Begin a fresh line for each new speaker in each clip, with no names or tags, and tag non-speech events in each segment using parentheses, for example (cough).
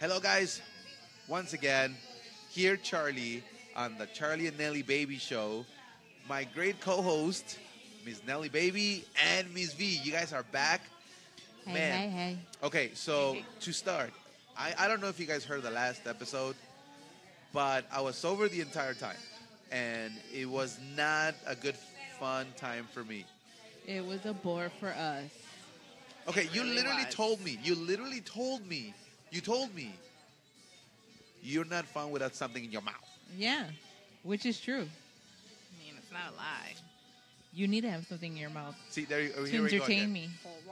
Hello, guys. Once again, here Charlie on the Charlie and Nelly Baby Show. My great co-host, Miss Nelly Baby and Miss V. You guys are back.
Hey,
Man.
hey, hey.
Okay,
(laughs)
so to start, I, I don't know if you guys heard the last episode, but I was sober the entire time. And it was not a good fun time for me.
It was a bore for us.
Okay, you
really
literally
was.
told me. You literally told me. You told me. You're not fun without something in your mouth.
Yeah, which is true.
I mean, it's not a lie.
You need to have something in your mouth
See, there you
to
here we go
entertain
again.
me.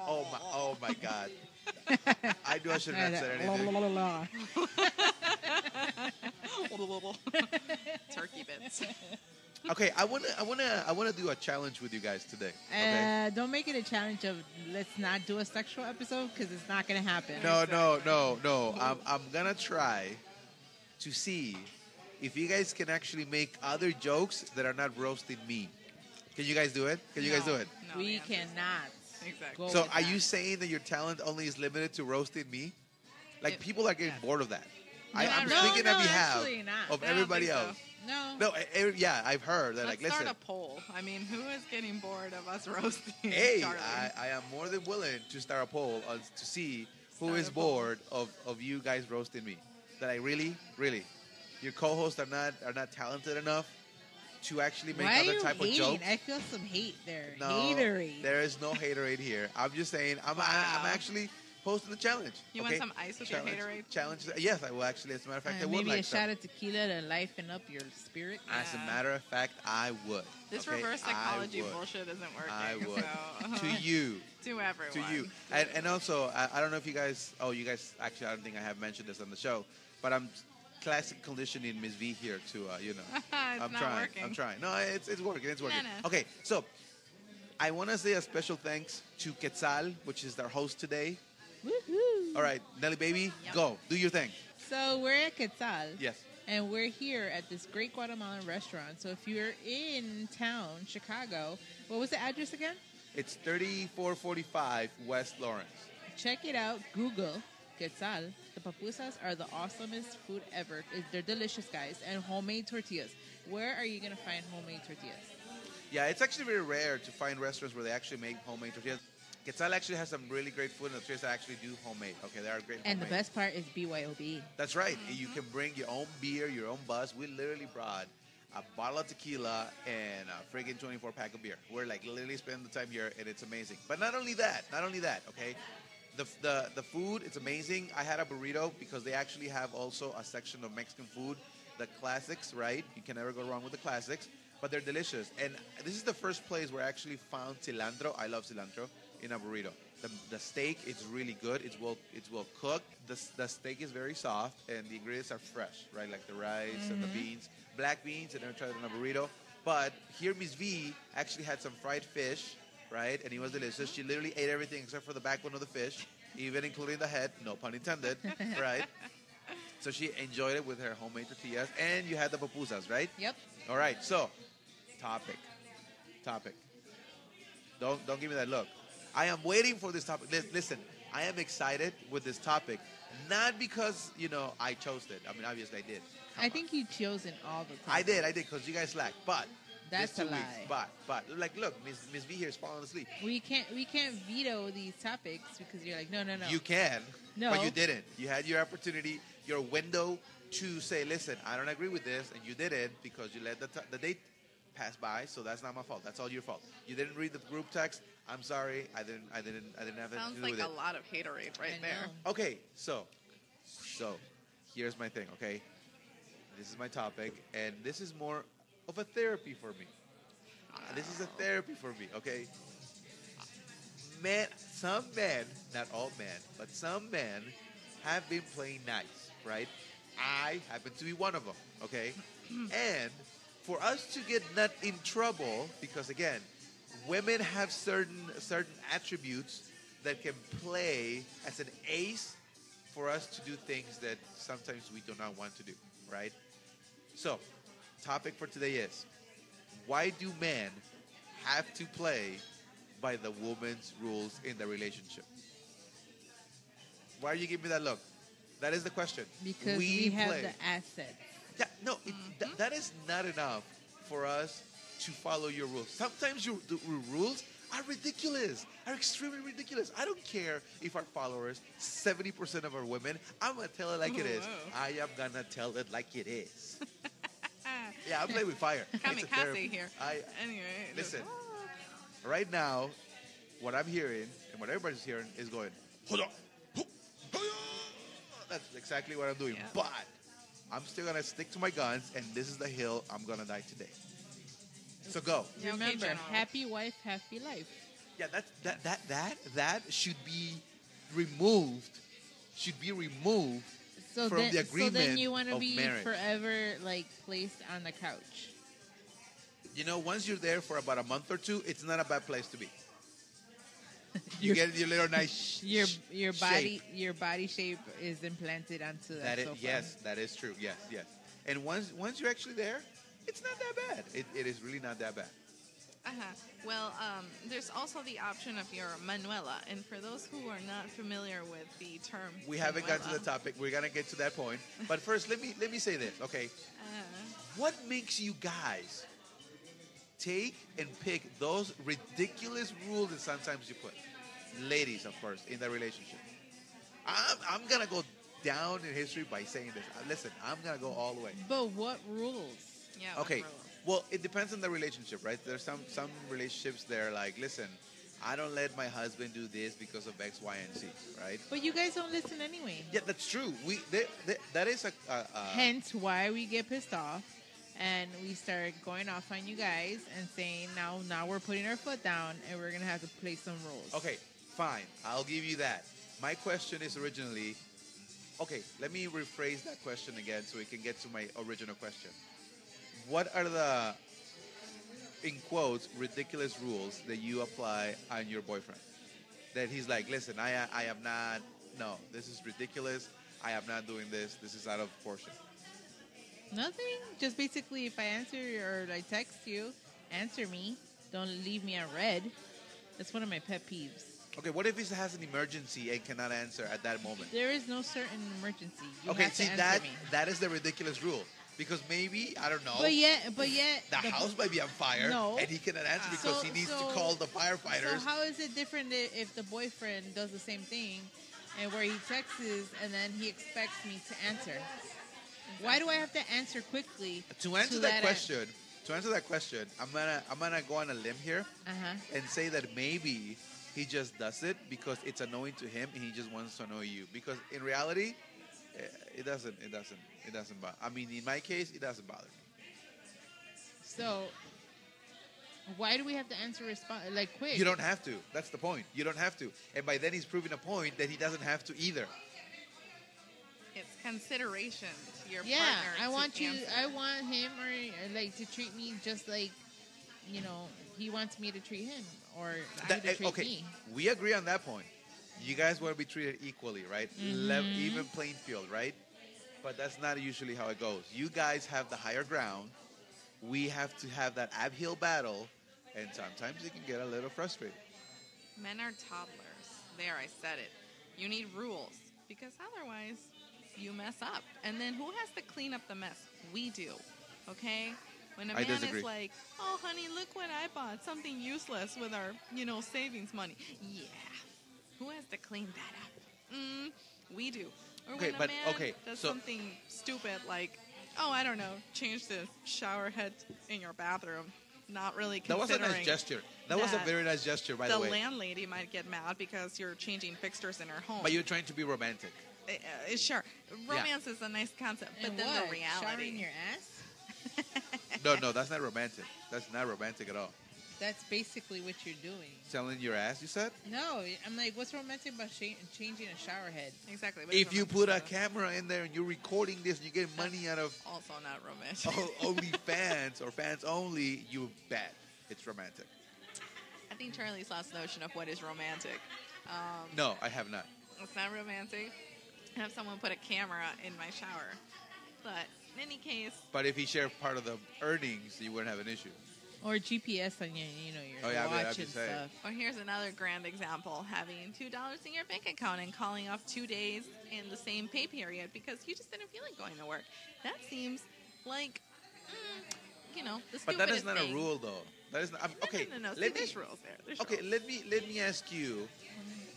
Oh my! Oh my God! I knew I should not have said
Uh,
anything.
Turkey
(laughs)
bits.
Okay, I wanna, I wanna, I wanna do a challenge with you guys today. Okay.
Uh, don't make it a challenge of let's not do a sexual episode because it's not going to happen.
No, no, no, no. I'm, I'm gonna try to see if you guys can actually make other jokes that are not roasting me. Can you guys do it? Can you guys do it?
No, the
we
answer is no.
cannot.
Exactly.
go
So
with
are
that.
you saying that your talent only is limited to roasting me? Like
It-
people are getting
yeah.
bored of that. I,
No,
I'm
no,
speaking on
no,
behalf
actually not. I
of
don't
everybody
think so.
else.
No.
No, eh, eh, yeah, I've heard that.
Let's
like, listen,
start a poll. I mean, who is getting bored of us (laughs) roasting
hey,
Charlie?
I, I am more than willing to start a poll on, to see who
Start
is
a poll.
bored of, of you guys roasting me. That like, really, really, your co-hosts are not are not talented enough to actually make
Why are
other
you
type
hating?
of jokes.
I feel some hate there.
no,
Hatery.
there is no haterade here. I'm just saying, I'm I, I'm
Wow.
actually posting a challenge.
You want
okay?
some ice with your
challenge,
haterade?
Challenge. Yes, I will actually. As a matter of fact,
Uh,
I would
maybe
like
a
some.
shot of tequila to liven up your spirit.
As a
Yeah.
matter of fact, I would.
This
okay?
reverse
I
psychology
would.
bullshit isn't working.
I would.
(laughs) So,
to you.
to everyone.
to you. And, and also, I, I don't know if you guys. Oh, you guys. Actually, I don't think I have mentioned this on the show, but I'm classic conditioning Miss V here to uh, you know.
(laughs) (laughs) it's
I'm
not
trying.
working.
I'm trying. No, it's it's working. It's working.
No, no.
Okay, so I want to say a special thanks to Quetzal, which is our host today.
Woohoo.
All right, Nelly baby,
Yep.
go do your thing.
So we're at Quetzal.
Yes.
And we're here at this great Guatemalan restaurant. So if you're in town, Chicago, what was the address again?
It's 3445 West Lawrence.
Check it out. Google Quetzal. The papusas are the awesomest food ever. It- They're delicious, guys. And homemade tortillas. Where are you going to find homemade tortillas?
Yeah, it's actually very rare to find restaurants where they actually make homemade tortillas. Quetzal actually has some really great food and tortillas that actually do homemade. Okay, they are great.
And the
homemade.
best part is BYOB.
That's right. You can bring your own beer, your own bus. We literally brought a bottle of tequila and a friggin' 24 pack of beer. We're like literally spending the time here, and it's amazing. But not only that, not only that, okay? The, the, the food, it's amazing. I had a burrito because they actually have also a section of Mexican food, the classics, right? You can never go wrong with the classics, but they're delicious. And this is the first place where I actually found cilantro. I love cilantro in a burrito. The, the steak is really good. It's well it's well cooked. The, s- the steak is very soft, and the ingredients are fresh, right? Like the rice and the beans, black beans. I never tried it in a burrito, but here Miss V actually had some fried fish, right? And it was delicious. She literally ate everything except for the backbone of the fish, even including the head. No pun intended, right? So she enjoyed it with her homemade tortillas, and you had the pupusas, right?
Yep.
All right, so topic, topic. Don't don't give me that look. I am waiting for this topic. Lis- Listen, I am excited with this topic, not because you know I chose it. I mean, obviously I did. Come
I
on.
think you chosen all the time.
I did. I did because you guys lack. But
That's
these two
a
weeks,
lie.
But but like, look, Miss Miss V here is falling asleep.
We can't we can't veto these topics because you're like no no no.
You can,
No.
but you didn't. You had your opportunity, your window to say, listen, I don't agree with this, and you didn't because you let the, t- the date pass by. So that's not my fault. That's all your fault. You didn't read the group text. I'm sorry. I didn't. I didn't. I didn't have anything
Sounds
to do
like
with
a
it.
lot of haterade right
I
there.
know.
Okay, so, so, here's my thing. Okay, this is my topic, and this is more of a therapy for me. This is a therapy for me, okay? Men, some men, not all men, but some men have been playing nice, right? I happen to be one of them, okay? and for us to get not in trouble, because again, women have certain certain attributes that can play as an ace for us to do things that sometimes we do not want to do, right? So, topic for today is why do men have to play by the woman's rules in the relationship? Why are you giving me that look? That is the question.
because we, have
play.
the assets.
Yeah, no, it,
Mm-hmm.
th- that is not enough for us to follow your rules. Sometimes your, the, your rules are ridiculous, are extremely ridiculous. I don't care if our followers, 70% of our women, I'm going to tell it like it is.
Whoa.
I am going to tell it like it
(laughs)
is. yeah, I'm playing with fire. It's a therapy.
Kamikaze here.
I,
anyway,
listen. right now, what I'm hearing and what everybody's hearing is going, hold on. Hoo- hoo- yeah." That's exactly what I'm doing.
Yeah.
But I'm still going to stick to my guns, and this is the hill I'm going to die today. So go.
Yeah, okay,
Remember,
General.
happy wife, happy life.
Yeah, that, that, that, that, that should be removed. Should be removed.
So
From
then,
the
so then
agreement
you want to
of
be
marriage.
forever like placed on the couch.
You know, once you're there for about a month or two, it's not a bad place
(laughs)
to be. You
Your-
get your little nice sh-
(laughs) Your
sh-
your
shape.
body your body shape is implanted onto that.
That is,
sofa.
yes, that is true. Yes, yes. And once once you're actually there, it's not that bad. It, it is really not that bad.
Uh-huh. Well, um, there's also the option of your Manuela, and for those who are not familiar with the term,
We haven't got to the
Manuela,
topic. We're gonna get to that point. But first, let me let me say this. Okay,
Uh,
what makes you guys take and pick those ridiculous rules that sometimes you put, ladies, of course, in the relationship? I'm I'm gonna go down in history by saying this. Uh, Listen, I'm gonna go all the way.
But what rules?
yeah. with
Okay.
rules.
Well, it depends on the relationship, right? There's some some relationships they're like, listen, I don't let my husband do this because of X, Y, and Z, right?
But you guys don't listen anyway.
Yeah, that's true. We they, they, that is a, a, a
Hence why we get pissed off and we start going off on you guys and saying now now we're putting our foot down and we're gonna have to play some rules.
okay, fine. I'll give you that. My question is originally, okay, let me rephrase that question again so we can get to my original question. What are the in quotes ridiculous rules that you apply on your boyfriend? that he's like, listen, I I am not. No, this is ridiculous. I am not doing this. This is out of proportion.
Nothing. Just basically, if I answer you or I text you, answer me. Don't leave me on red. That's one of my pet peeves.
Okay, what if he has an emergency and cannot answer at that moment?
There is no certain emergency. You
okay,
have
see
to answer
that
me.
that is the ridiculous rule because maybe I don't know.
But yet, but yet,
the, house might be on fire,
No.
and he cannot answer
Ah.
because
So-
he needs
so-
to call the firefighters.
So how is it different i- if the boyfriend does the same thing, and where he texts and then he expects me to answer? Why do I have to answer quickly
to answer that,
that
question, to answer that question, I'm gonna I'm gonna go on a limb here
Uh huh.
and say that maybe he just does it because it's annoying to him and he just wants to annoy you. Because in reality, eh, it doesn't. It doesn't. It doesn't bother. I mean, in my case, it doesn't bother me.
So why do we have to answer response like quick?
You don't have to. That's the point. You don't have to. And by then, he's proving a point that he doesn't have to either.
It's consideration to your
yeah
partner.
i
to
want you
answer.
i want him or uh, like to treat me just like you know he wants me to treat him or
That-
I to
eh,
treat
okay,
me
we agree on that point. You guys want to be treated equally, right? Lev- even playing field, right? But that's not usually how it goes. You guys have the higher ground. We have to have that uphill battle, and sometimes it can get a little frustrating.
Men are toddlers. There, I said it. You need rules because otherwise you mess up. And then who has to clean up the mess? We do. Okay? When a
I
man
disagree.
is like, "Oh, honey, look what I bought. Something useless with our, you know, savings money." Yeah. Who has to clean that up? Mm, we do. Or
Okay,
when a
but-
man
okay,
does
so-
something stupid like, "Oh, I don't know, change the shower head in your bathroom." Not really
That
considering
was a nice gesture. That, was a
that
very nice gesture, by the,
the
way.
landlady might get mad because you're changing fixtures in her home.
but you're trying to be romantic.
Uh, uh, sure, romance is a nice concept, but
And
then
what?
the reality.
showering your ass
No, no, that's not romantic. That's not romantic at all.
that's basically what you're doing
Selling your ass, you said?
no i'm like what's romantic about cha- changing a shower head
exactly. but
If
it's
you put
romantic,
a
so
camera in there and you're recording this and you get money out of
also not romantic.
o- Oh, only fans or fans only, you bet it's romantic.
(laughs) I think Charlie's lost notion of what is romantic. Um,
No, I have not.
It's not romantic. Have someone put a camera in my shower, but in any case,
But if he shared part of the earnings, you wouldn't have an issue.
Or GPS on your, you know, your
Oh, yeah, I mean,
watch
I'd be
and
saying.
stuff.
Or here's another grand example having $2 in your bank account and calling off two days in the same pay period because you just didn't feel like going to work. That seems like, mm, you know, the
But that is
stupidest
not
thing.
a rule, though. That is not. I'm-
No,
okay,
no, no, no. See,
let me.
there's rules there. There's
Okay,
rules.
let me let me ask you,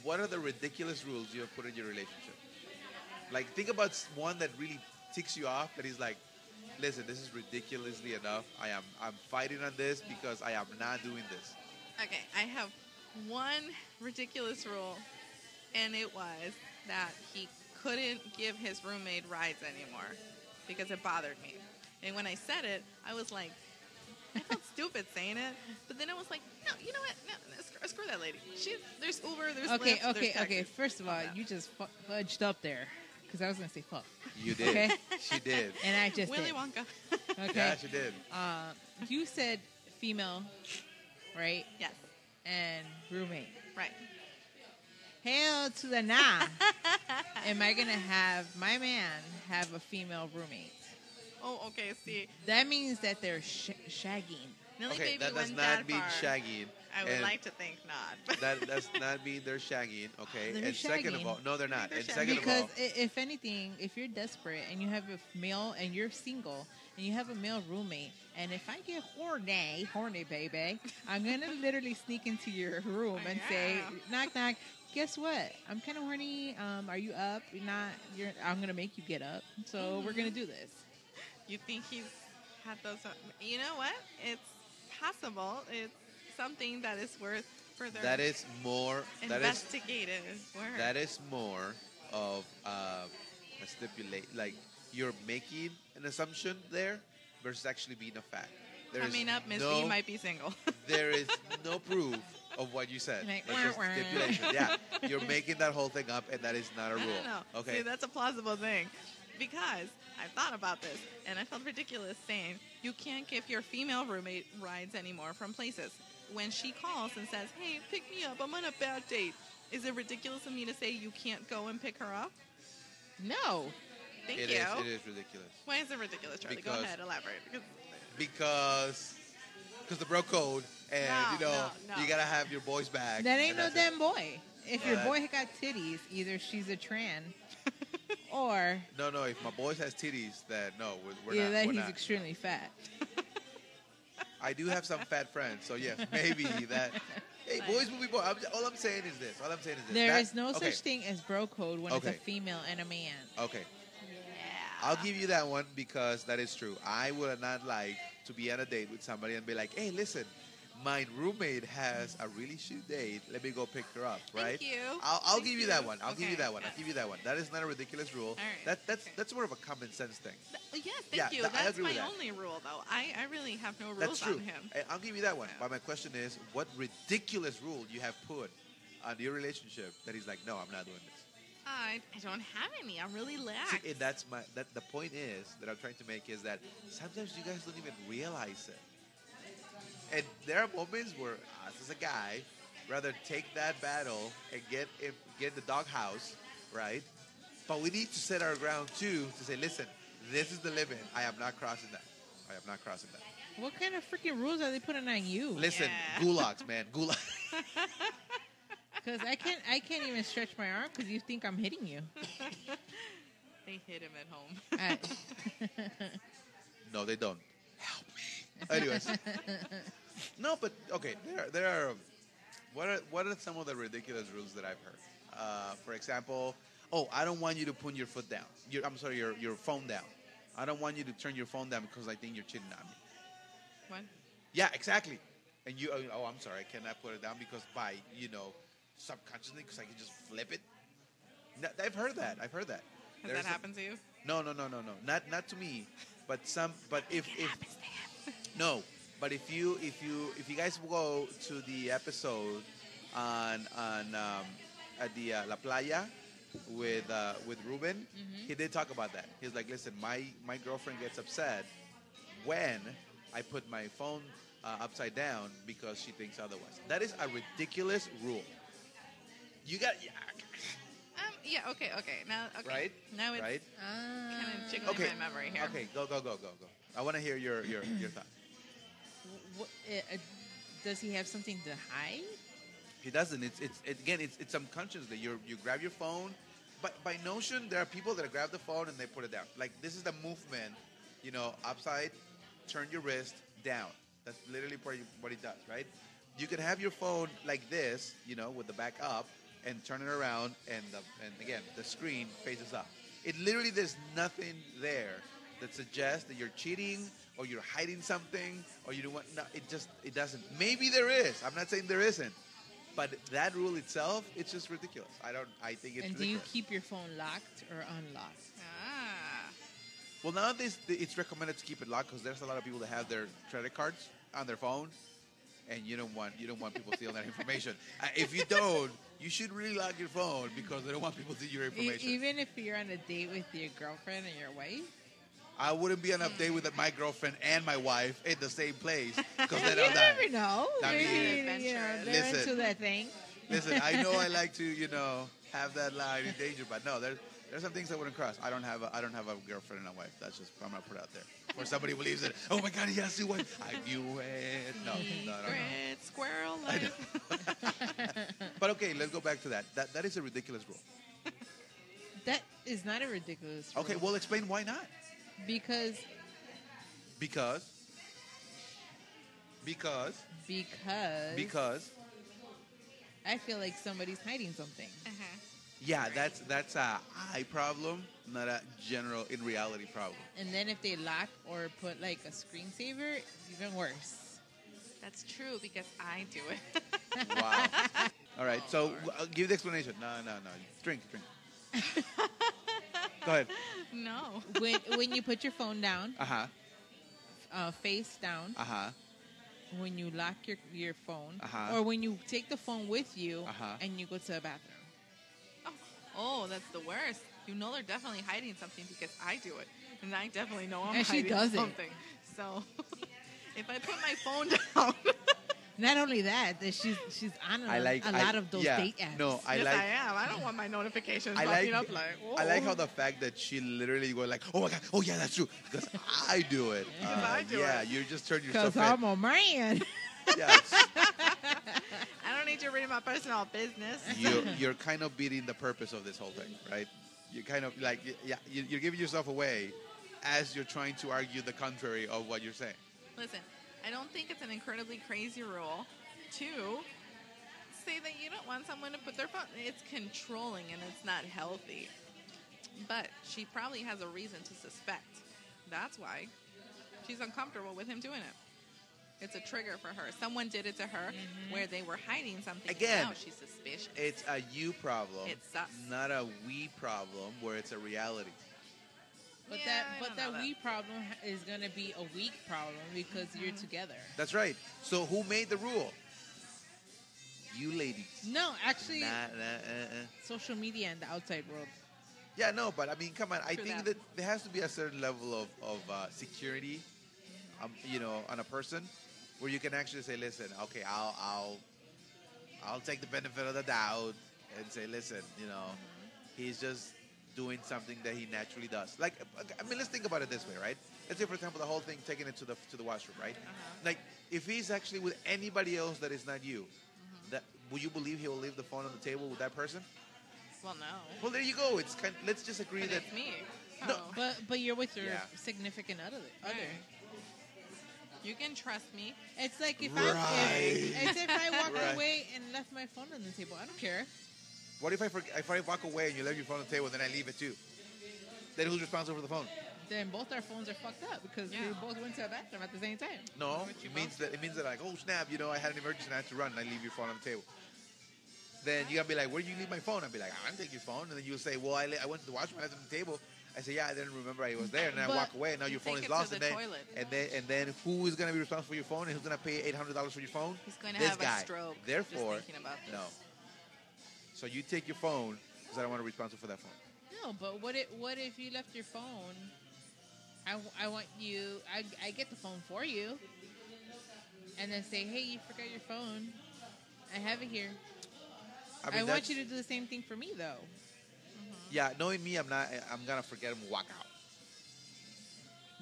what are the ridiculous rules you have put in your relationship? Like, think about s- one that really ticks you off. That is like, listen, this is ridiculously enough. I am I'm fighting on this because I am not doing this.
Okay, I have one ridiculous rule, and it was that he couldn't give his roommate rides anymore because it bothered me. And when I said it, I was like,
(laughs)
I felt stupid saying it, but then I was like, no, you know what? No, no, screw, screw that lady. She, there's Uber, there's
Okay, okay,
Lyft, there's
okay.
taxis.
First of all,
Yeah.
you just fu- fudged up there because I was gonna say fuck,
You did.
Okay.
She did.
(laughs) and I just
Willy
did. (laughs)
Wonka.
Okay,
Yeah, she did.
uh, you said female, right?
yes,
And roommate.
right.
Hail to the nah. Am I gonna have my man have a female roommate?
Oh, okay. See,
That means that they're sh- shagging.
Millie
okay,
Baby
that does
went
not
that
mean
far.
shagging.
I would
and
like to think not.
(laughs) That does not mean they're shagging. Okay,
They're
and second of
shagging.
all, no, they're not.
They're
and
shagging.
second of
Because
all,
i- if anything, if you're desperate and you have a f- male and you're single and you have a male roommate, and if I get horny, horny baby, I'm gonna literally sneak into your room and say,
Yeah.
knock knock. Guess what? I'm kind of horny. Um, are you up? You're not. You're. I'm gonna make you get up. So we're gonna do this.
You think he's had those? You know what? It's possible. It's something that is worth further
that is more. That is
investigative work.
That is more of uh, a stipulate. Like you're making an assumption there versus actually being a fact. There is
Coming up, Miss
no,
B might be single.
(laughs)
(laughs)
There is no proof of what you said.
Like,
That's just
wah, wah.
stipulation. yeah, you're making that whole thing up, and that is not a
(laughs) I
rule.
don't know.
Okay.
See, that's a plausible thing because I thought about this and I felt ridiculous saying you can't give your female roommate rides anymore from places. When she calls and says, "Hey, pick me up. I'm on a bad date," is it ridiculous of me to say you can't go and pick her up?
No.
Thank
It
you.
is- It is ridiculous
Why is it ridiculous, Charlie?
Because-
Go ahead, elaborate. Because
because because the bro code, and
No,
you know
no, no.
you gotta have your boys back.
That
and
ain't no
that's it.
damn boy. If your
Yeah.
boy got titties, either she's
(laughs)
a tran, or
No, no. If my boys has titties, that no, we're, we're
either
not.
that
we're
he's
not.
extremely fat.
I do have some fat friends, so yes,
(laughs)
maybe that. Hey, boys will be boys. I'm, all I'm saying is this. All I'm saying is this.
There
That-
is no
okay,
such thing as bro code when it's
Okay.
a female and a man.
Okay,
yeah.
I'll give you that one because that is true. I would not like to be on a date with somebody and be like, "Hey, listen, my roommate has a really shit date. Let me go pick her up." Right?
Thank you.
I'll, I'll
Oh, Thank
give you that one. I'll give you
Okay,
that one.
yeah.
I'll give you that one. That is not a ridiculous rule.
right,
That that's
okay.
that's more of a common sense thing.
Th- Yes,
Yeah,
thank you.
th- I
That's
agree with
my
that.
only rule, though. I, I really have no rules
That's true.
on him.
I- I'll give you that one.
Yeah.
But my question is, what ridiculous rule you have put on your relationship that he's like, "No, I'm not doing this."
I, I don't have any. I'm really
See,
lax.
and that's my that the point is that I'm trying to make is that sometimes you guys don't even realize it. And there are moments where us as a guy rather take that battle and get in, get the doghouse, right? But we need to set our ground too to say, listen, this is the limit. I am not crossing that. I am not crossing that.
What kind of freaking rules are they putting on you?
Listen,
Yeah.
gulags, man, (laughs) gulag.
Because I can't, I can't even stretch my arm because you think I'm
(laughs)
hitting you.
They hit him at home. (laughs)
I,
No, they don't. Help me.
(laughs)
Anyways. no, but okay. There, are- there are. What are what are some of the ridiculous rules that I've heard? Uh, for example, oh, I don't want you to put your foot down. Your, I'm sorry, your your phone down. I don't want you to turn your phone down because I think you're cheating on me.
What?
Yeah, exactly. And you, oh, I'm sorry, I cannot put it down because by you know, subconsciously, because I can just flip it. No, I've heard that. I've heard that.
Has
There's
that
a-
happened to you?
no, no, no, no, no. Not not to me, but some. But if if
(laughs)
no, but if you if you if you guys go to the episode on on um, at the uh, La Playa with uh, with Ruben,
Mm-hmm.
he did talk about that. He's like, listen, my my girlfriend gets upset when I put my phone uh, upside down because she thinks otherwise. That is a ridiculous rule. You got
Um, yeah, okay, okay. Now, okay.
right,
Now it's
right.
kind of
Ah.
jiggling
Okay.
my memory here.
Okay, go, go, go, go, go. I want to hear your, your, your thought.
what, uh, uh, does he have something to hide?
He doesn't. It's it's it, again. It's it's unconscious that you you grab your phone, but by Notion there are people that grab the phone and they put it down. Like this is the movement, you know, upside, turn your wrist down. That's literally what he- what it does, right? You can have your phone like this, you know, with the back up, and turn it around, and the, and again the screen faces up. It literally there's nothing there that suggests that you're cheating or you're hiding something or you don't want. No, it just it doesn't. Maybe there is. I'm not saying there isn't. But that rule itself, it's just ridiculous. I don't. I think it's
and do you
ridiculous.
keep your phone locked or unlocked?
Ah.
well, nowadays th- it's recommended to keep it locked because there's a lot of people that have their credit cards on their phone, and you don't want you don't want people stealing that information. (laughs) Uh, if you don't, you should really lock your phone because they don't want people to your
E-
information.
even if you're on a date with your girlfriend and your wife?
I wouldn't be on a date with my girlfriend and my wife in the same place
(laughs)
because (laughs) then
you
I'm not.
never know.
I mean,
Maybe, you know, they're
Listen.
into that thing.
Listen, I know I like to, you know, have that line in danger, but no, there's there's some things I wouldn't cross. I don't have a I don't have a girlfriend and a wife. That's just I'm gonna put out there. Or somebody believes it. Oh my god, he has two wives. I knew it. No, no, no, no.
Secret squirrel life.
But okay, let's go back to that. That that is a ridiculous rule.
That is not a ridiculous.
Okay,
rule.
well explain why not.
because
Because because
because
because
I feel like somebody's hiding something.
Uh-huh.
yeah, that's that's a I problem, not a general in reality problem.
And then if they lock or put like a screensaver, it's even worse.
That's true because I do it. (laughs)
Wow. All right, so uh, give the explanation. No, no, no. Drink, drink. Go ahead.
no.
(laughs)
when when you put your phone down,
Uh huh.
uh, face down,
Uh huh.
when you lock your your phone,
Uh-huh.
or when you take the phone with you
Uh-huh.
and you go to the bathroom.
Oh, oh, that's the worst. You know they're definitely hiding something because I do it, and I definitely know I'm
And she
hiding
does it.
something. So, (laughs) if I put my phone (laughs) down,
Not only that, that she's she's on a, Uh-huh. a lot of those
yeah,
date apps.
No, I
yes,
like.
I am. I don't want my notifications
I
popping
like,
up like. Oh.
I like how the fact that she literally was like, "Oh my god, oh yeah, that's true," because I do
(laughs)
it. Uh,
Because I do
yeah,
it.
you just turn yourself
because
in.
I'm a man.
Yes,
I don't need you reading my personal business.
you, you're kind of beating the purpose of this whole thing, right? You're kind of like, y- yeah, you- you're giving yourself away as you're trying to argue the contrary of what you're saying.
Listen, I don't think it's an incredibly crazy rule to say that you don't want someone to put their phone. It's controlling and it's not healthy. But she probably has a reason to suspect. That's why she's uncomfortable with him doing it. It's a trigger for her. Someone did it to her where they were hiding something. and
Again.
now she's suspicious.
It's a you problem.
It's us.
Not a we problem where it's a reality.
But
Yeah,
that
I
but
don't know
that
that. Mm-hmm.
we problem ha- is gonna be a weak problem because you're together.
That's right. So who made the rule? You ladies.
No, actually,
Nah, nah, uh, uh.
social media and the outside world.
Yeah, no, but I mean, come on. I
True
think
that.
that there has to be a certain level of, of uh, security, um, you know, on a person where you can actually say, listen, okay, I'll, I'll, I'll take the benefit of the doubt and say, listen, you know,
Mm-hmm.
he's just doing something that he naturally does. Like, I mean, let's think about it this way, right? Let's say, for example, the whole thing taking it to the to the washroom, right?
Uh-huh.
Like, if he's actually with anybody else that is not you,
Mm-hmm.
that will you believe he will leave the phone on the table with that person?
Well, no.
Well, there you go. It's kind. let's just agree
But
that
it's me. Oh.
No.
So
But but you're with your
Yeah.
significant other. other.
You can trust me.
It's like if I
Right.
if, it's if I walk
Right.
away and left my phone on the table, I don't care.
What if I forget, if I walk away and you leave your phone on the table, then I leave it too? Then who's responsible for the phone?
Then both our phones are fucked up because we
Yeah.
both went to the bathroom at the same time.
No,
But you
it means that it means that like, oh snap, you know, I had an emergency and I had to run, and I leave your phone on the table. Then you gotta be like, where do you leave my phone? I'll be like, I didn't take your phone, and then you'll say, well, I, le- I went to the washroom, I left it on the table. I say, yeah, I didn't remember I was there, and then I
But
walk away, and now
you
your phone is
take it to
lost,
the
and then,
toilet.
and then and then who is gonna be responsible for your phone, and who's gonna pay eight hundred dollars for your phone?
He's going to
This
have
guy.
a stroke. just
Therefore,
thinking about this.
no. So you take your phone because I don't want to be responsible for that phone.
No, but what if what if you left your phone? I, w- I want you. I, I get the phone for you, and then say, hey, you forgot your phone. I have it here. I,
mean,
want
that's-
you to do the same thing for me though.
Yeah, knowing me, I'm not. I'm gonna forget and walk out.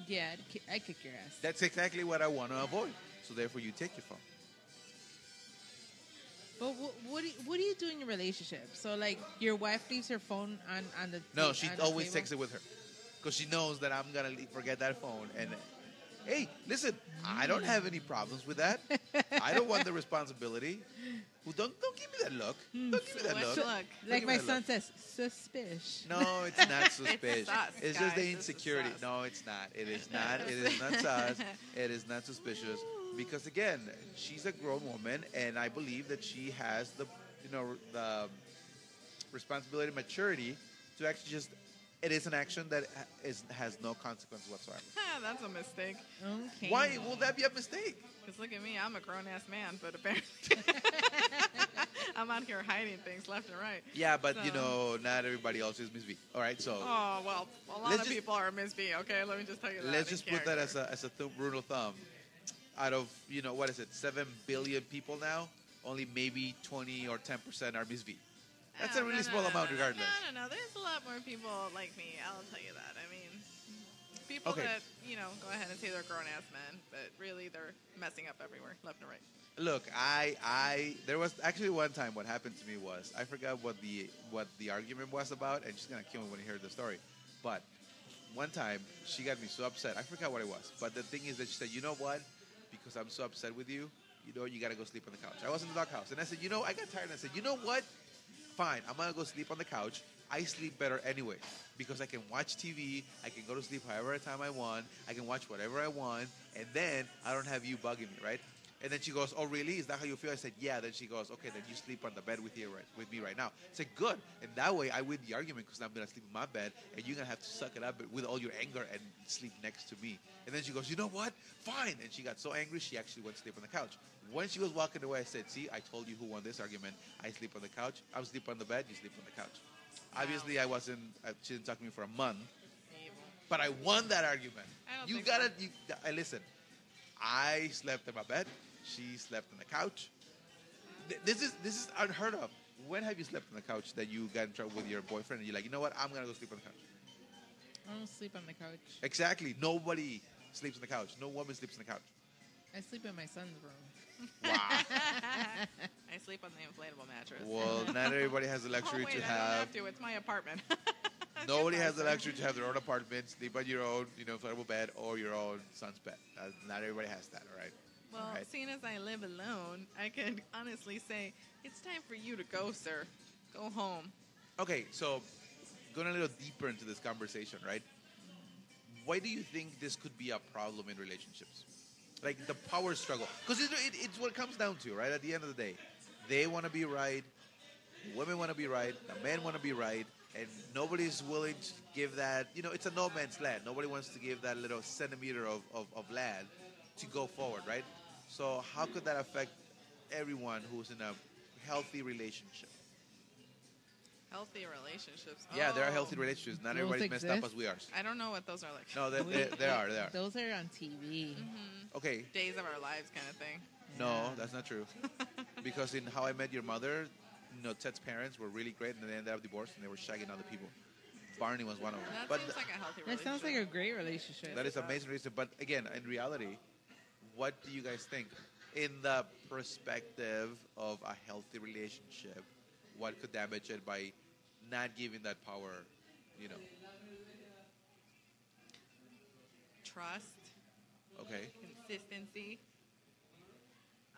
Yeah, I'd, ki- I'd kick your ass.
That's exactly what I want to avoid. So therefore, you take your phone.
But what what do, you, what do you do in your relationship? So like your wife leaves her phone on on the
No,
ta-
she
on the
always
table?
takes it with her because she knows that I'm gonna le- forget that phone. And hey, listen, I don't have any problems with that. I don't
(laughs)
want the responsibility. Well, don't don't give me that look. Don't give me that
What
look.
look?
Don't
Like
give
my
me that
son
look.
says, suspicious.
No, it's
(laughs)
not suspicious.
sus,
it's just
guys,
the
it's
insecurity.
sus.
No, it's not. It
(laughs)
is not. It is not sus. It is not suspicious because again, she's a grown woman, and I believe that she has the you know the responsibility, maturity to actually just. It is an action that ha- is, has no consequence whatsoever.
(laughs) That's a mistake.
Okay.
Why will that be a mistake?
Because look at me, I'm a grown ass man, but apparently (laughs) I'm out here hiding things left and right.
Yeah, but you know,
So-
not everybody else is Miss V. All right, so
Oh, well, a lot
Let's
of
just-
people are Ms. B, okay? Let me just tell you that.
let's
in
just put that as
character.
a as a th- rule of thumb. Out of you know what is it, seven billion people now, only maybe twenty or ten percent are Miss V. That's
Oh,
a really
no, no,
small
no,
amount,
no,
regardless.
No, no, no. There's a lot more people like me. I'll tell you that. I mean, people
Okay.
that, you know, go ahead and say they're grown ass men, but really they're messing up everywhere, left and right.
Look, I I there was actually one time what happened to me was I forgot what the what the argument was about, and she's gonna kill me when you hear the story. But one time she got me so upset, I forgot what it was. But the thing is that she said, you know what? Because I'm so upset with you, you know, you gotta go sleep on the couch. I was in the doghouse, and I said, you know, I got tired, and I said, you know what? Fine, I'm gonna go sleep on the couch. I sleep better anyway because I can watch TV. I can go to sleep however time I want. I can watch whatever I want, and then I don't have you bugging me, right? And then she goes, "Oh, really? Is that how you feel?" I said, "Yeah." Then she goes, "Okay, then you sleep on the bed with you right with me right now." I said, "Good." And that way, I win the argument because I'm gonna sleep in my bed, and you're gonna have to suck it up with all your anger and sleep next to me. And then she goes, "You know what? Fine." And she got so angry, she actually went to sleep on the couch. When she was walking away, I said, "See, I told you who won this argument. I sleep on the couch. I'm sleep on the bed. You sleep on the couch." Obviously, I wasn't. Uh, she didn't talk to me for a month,
Evil.
but I won that argument.
I don't
you
think
gotta.
so.
You, I listen. I slept in my bed. She slept on the couch. Th- This is this is unheard of. When have you slept on the couch that you got in trouble with your boyfriend and you're like, you know what? I'm gonna go sleep on the couch.
I don't sleep on the couch.
Exactly. Nobody sleeps on the couch. No woman sleeps on the couch.
I sleep in my son's room.
Wow.
(laughs) I sleep on the inflatable mattress.
well, not everybody has the luxury
(laughs) oh, wait,
to
I
have.
don't have to. It's my apartment. (laughs)
Nobody
Goodbye,
has the
sir.
luxury to have their own apartment, sleep on your own, you know, inflatable bed or your own son's bed. Uh, not everybody has that, all right?
Well,
All right.
seeing as I live alone, I can honestly say it's time for you to go, sir. Go home.
Okay, so going a little deeper into this conversation, right? Why do you think this could be a problem in relationships? Like the power struggle, because it, it, it's what it comes down to, right? At the end of the day, they want to be right, the women want to be right, the men want to be right, and nobody's willing to give that. You know, it's a no man's land. Nobody wants to give that little centimeter of, of, of land to go forward, right? So how could that affect everyone who's in a healthy relationship?
Healthy relationships.
Yeah, there are
Oh.
healthy relationships. Not
Those
everybody's messed up
exist?
as we are.
I don't know what those are like.
No, there, there, there are. There are.
Those are on TV.
Okay,
Days of our lives kind of thing.
no, that's not true. Because in How I Met Your Mother, you know, Ted's parents were really great, and they ended up divorced, and they were shagging other people. Barney was one of them.
That
But
seems like a healthy
That
relationship.
sounds like a great relationship.
that is amazing reason. But again, in reality, what do you guys think? In the perspective of a healthy relationship, what could damage it by not giving that power? You know,
trust,
okay.
consistency,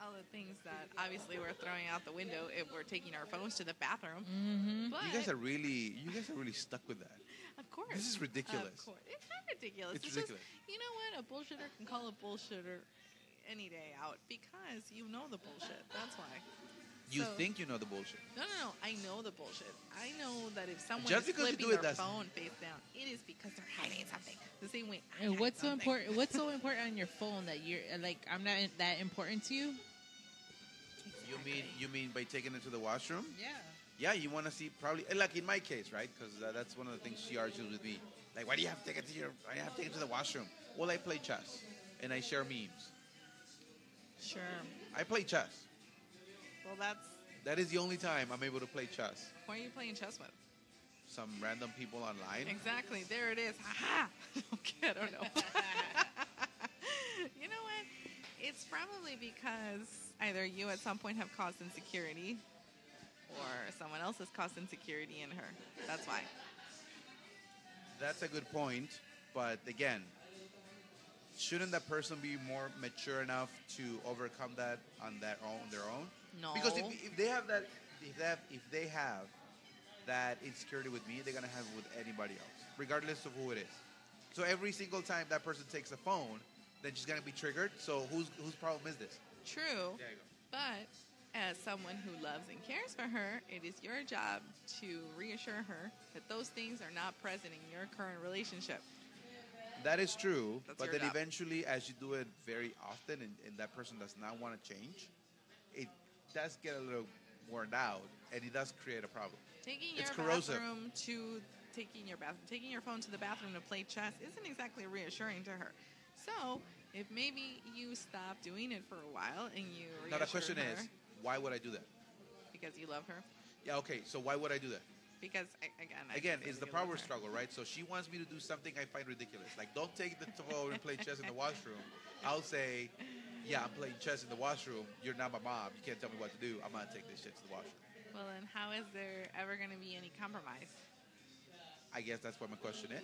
all the things that obviously we're throwing out the window if we're taking our phones to the bathroom.
Mm-hmm.
But
You guys are really, you guys are really stuck with that.
of course,
this is ridiculous.
Of course, it's not ridiculous.
It's
It's,
ridiculous.
Just, you know what? A bullshitter can call a bullshitter any day out because you know the bullshit. That's why.
You
So-
think you know the bullshit.
No, no, no. I know the bullshit. I know that if someone
Just
is
because you
flipping
do it
their
doesn't-
phone face down, it is because they're hiding something. The same way. I
And
hide
what's so
something.
important? What's so important on your phone that you're like? I'm not in- that important to you.
You mean you mean by taking it to the washroom?
Yeah.
Yeah, you want to see probably and like in my case, right? Because uh, that's one of the things she argues with me. Like, why do you have to take it to your? Why do you have to take it to the washroom? Well, I play chess and I share memes.
Sure.
I play chess.
Well, that's
That is the only time I'm able to play chess.
who are you playing chess with?
Some random people online.
Exactly. There (laughs) it is. Ha ha. Okay, I don't know. you know what? It's probably because either you at some point have caused insecurity or someone else has caused insecurity in her. That's why.
That's a good point, but again, shouldn't that person be more mature enough to overcome that on their own? Their own?
No.
Because if, if they have that, if they have, if they have that insecurity with me, they're gonna have it with anybody else, regardless of who it is. So every single time that person takes a phone, then she's gonna be triggered. So whose whose problem is this?
True.
There you go.
But as someone who loves and cares for her, it is your job to reassure her that those things are not present in your current relationship.
That is true,
That's
but
your
then
job.
eventually, as you do it very often, and, and that person does not want to change, it does get a little worn out, and it does create a problem.
Taking your
It's corrosive.
bathroom to taking your bath taking your phone to the bathroom to play chess isn't exactly reassuring to her. So if maybe you stop doing it for a while and you reassure
now the question
her
is, why would I do that?
because you love her
Yeah, okay. So why would I do that?
because a- again I
Again,
just
it's
really
the
love
power
her.
struggle, right? So she wants me to do something I find ridiculous. Like, don't take the phone and play chess in the washroom. I'll say, yeah, I'm playing chess in the washroom. You're not my mom. You can't tell me what to do. I'm gonna take this shit to the washroom.
Well, then how is there ever going to be any compromise?
I guess that's what my question is.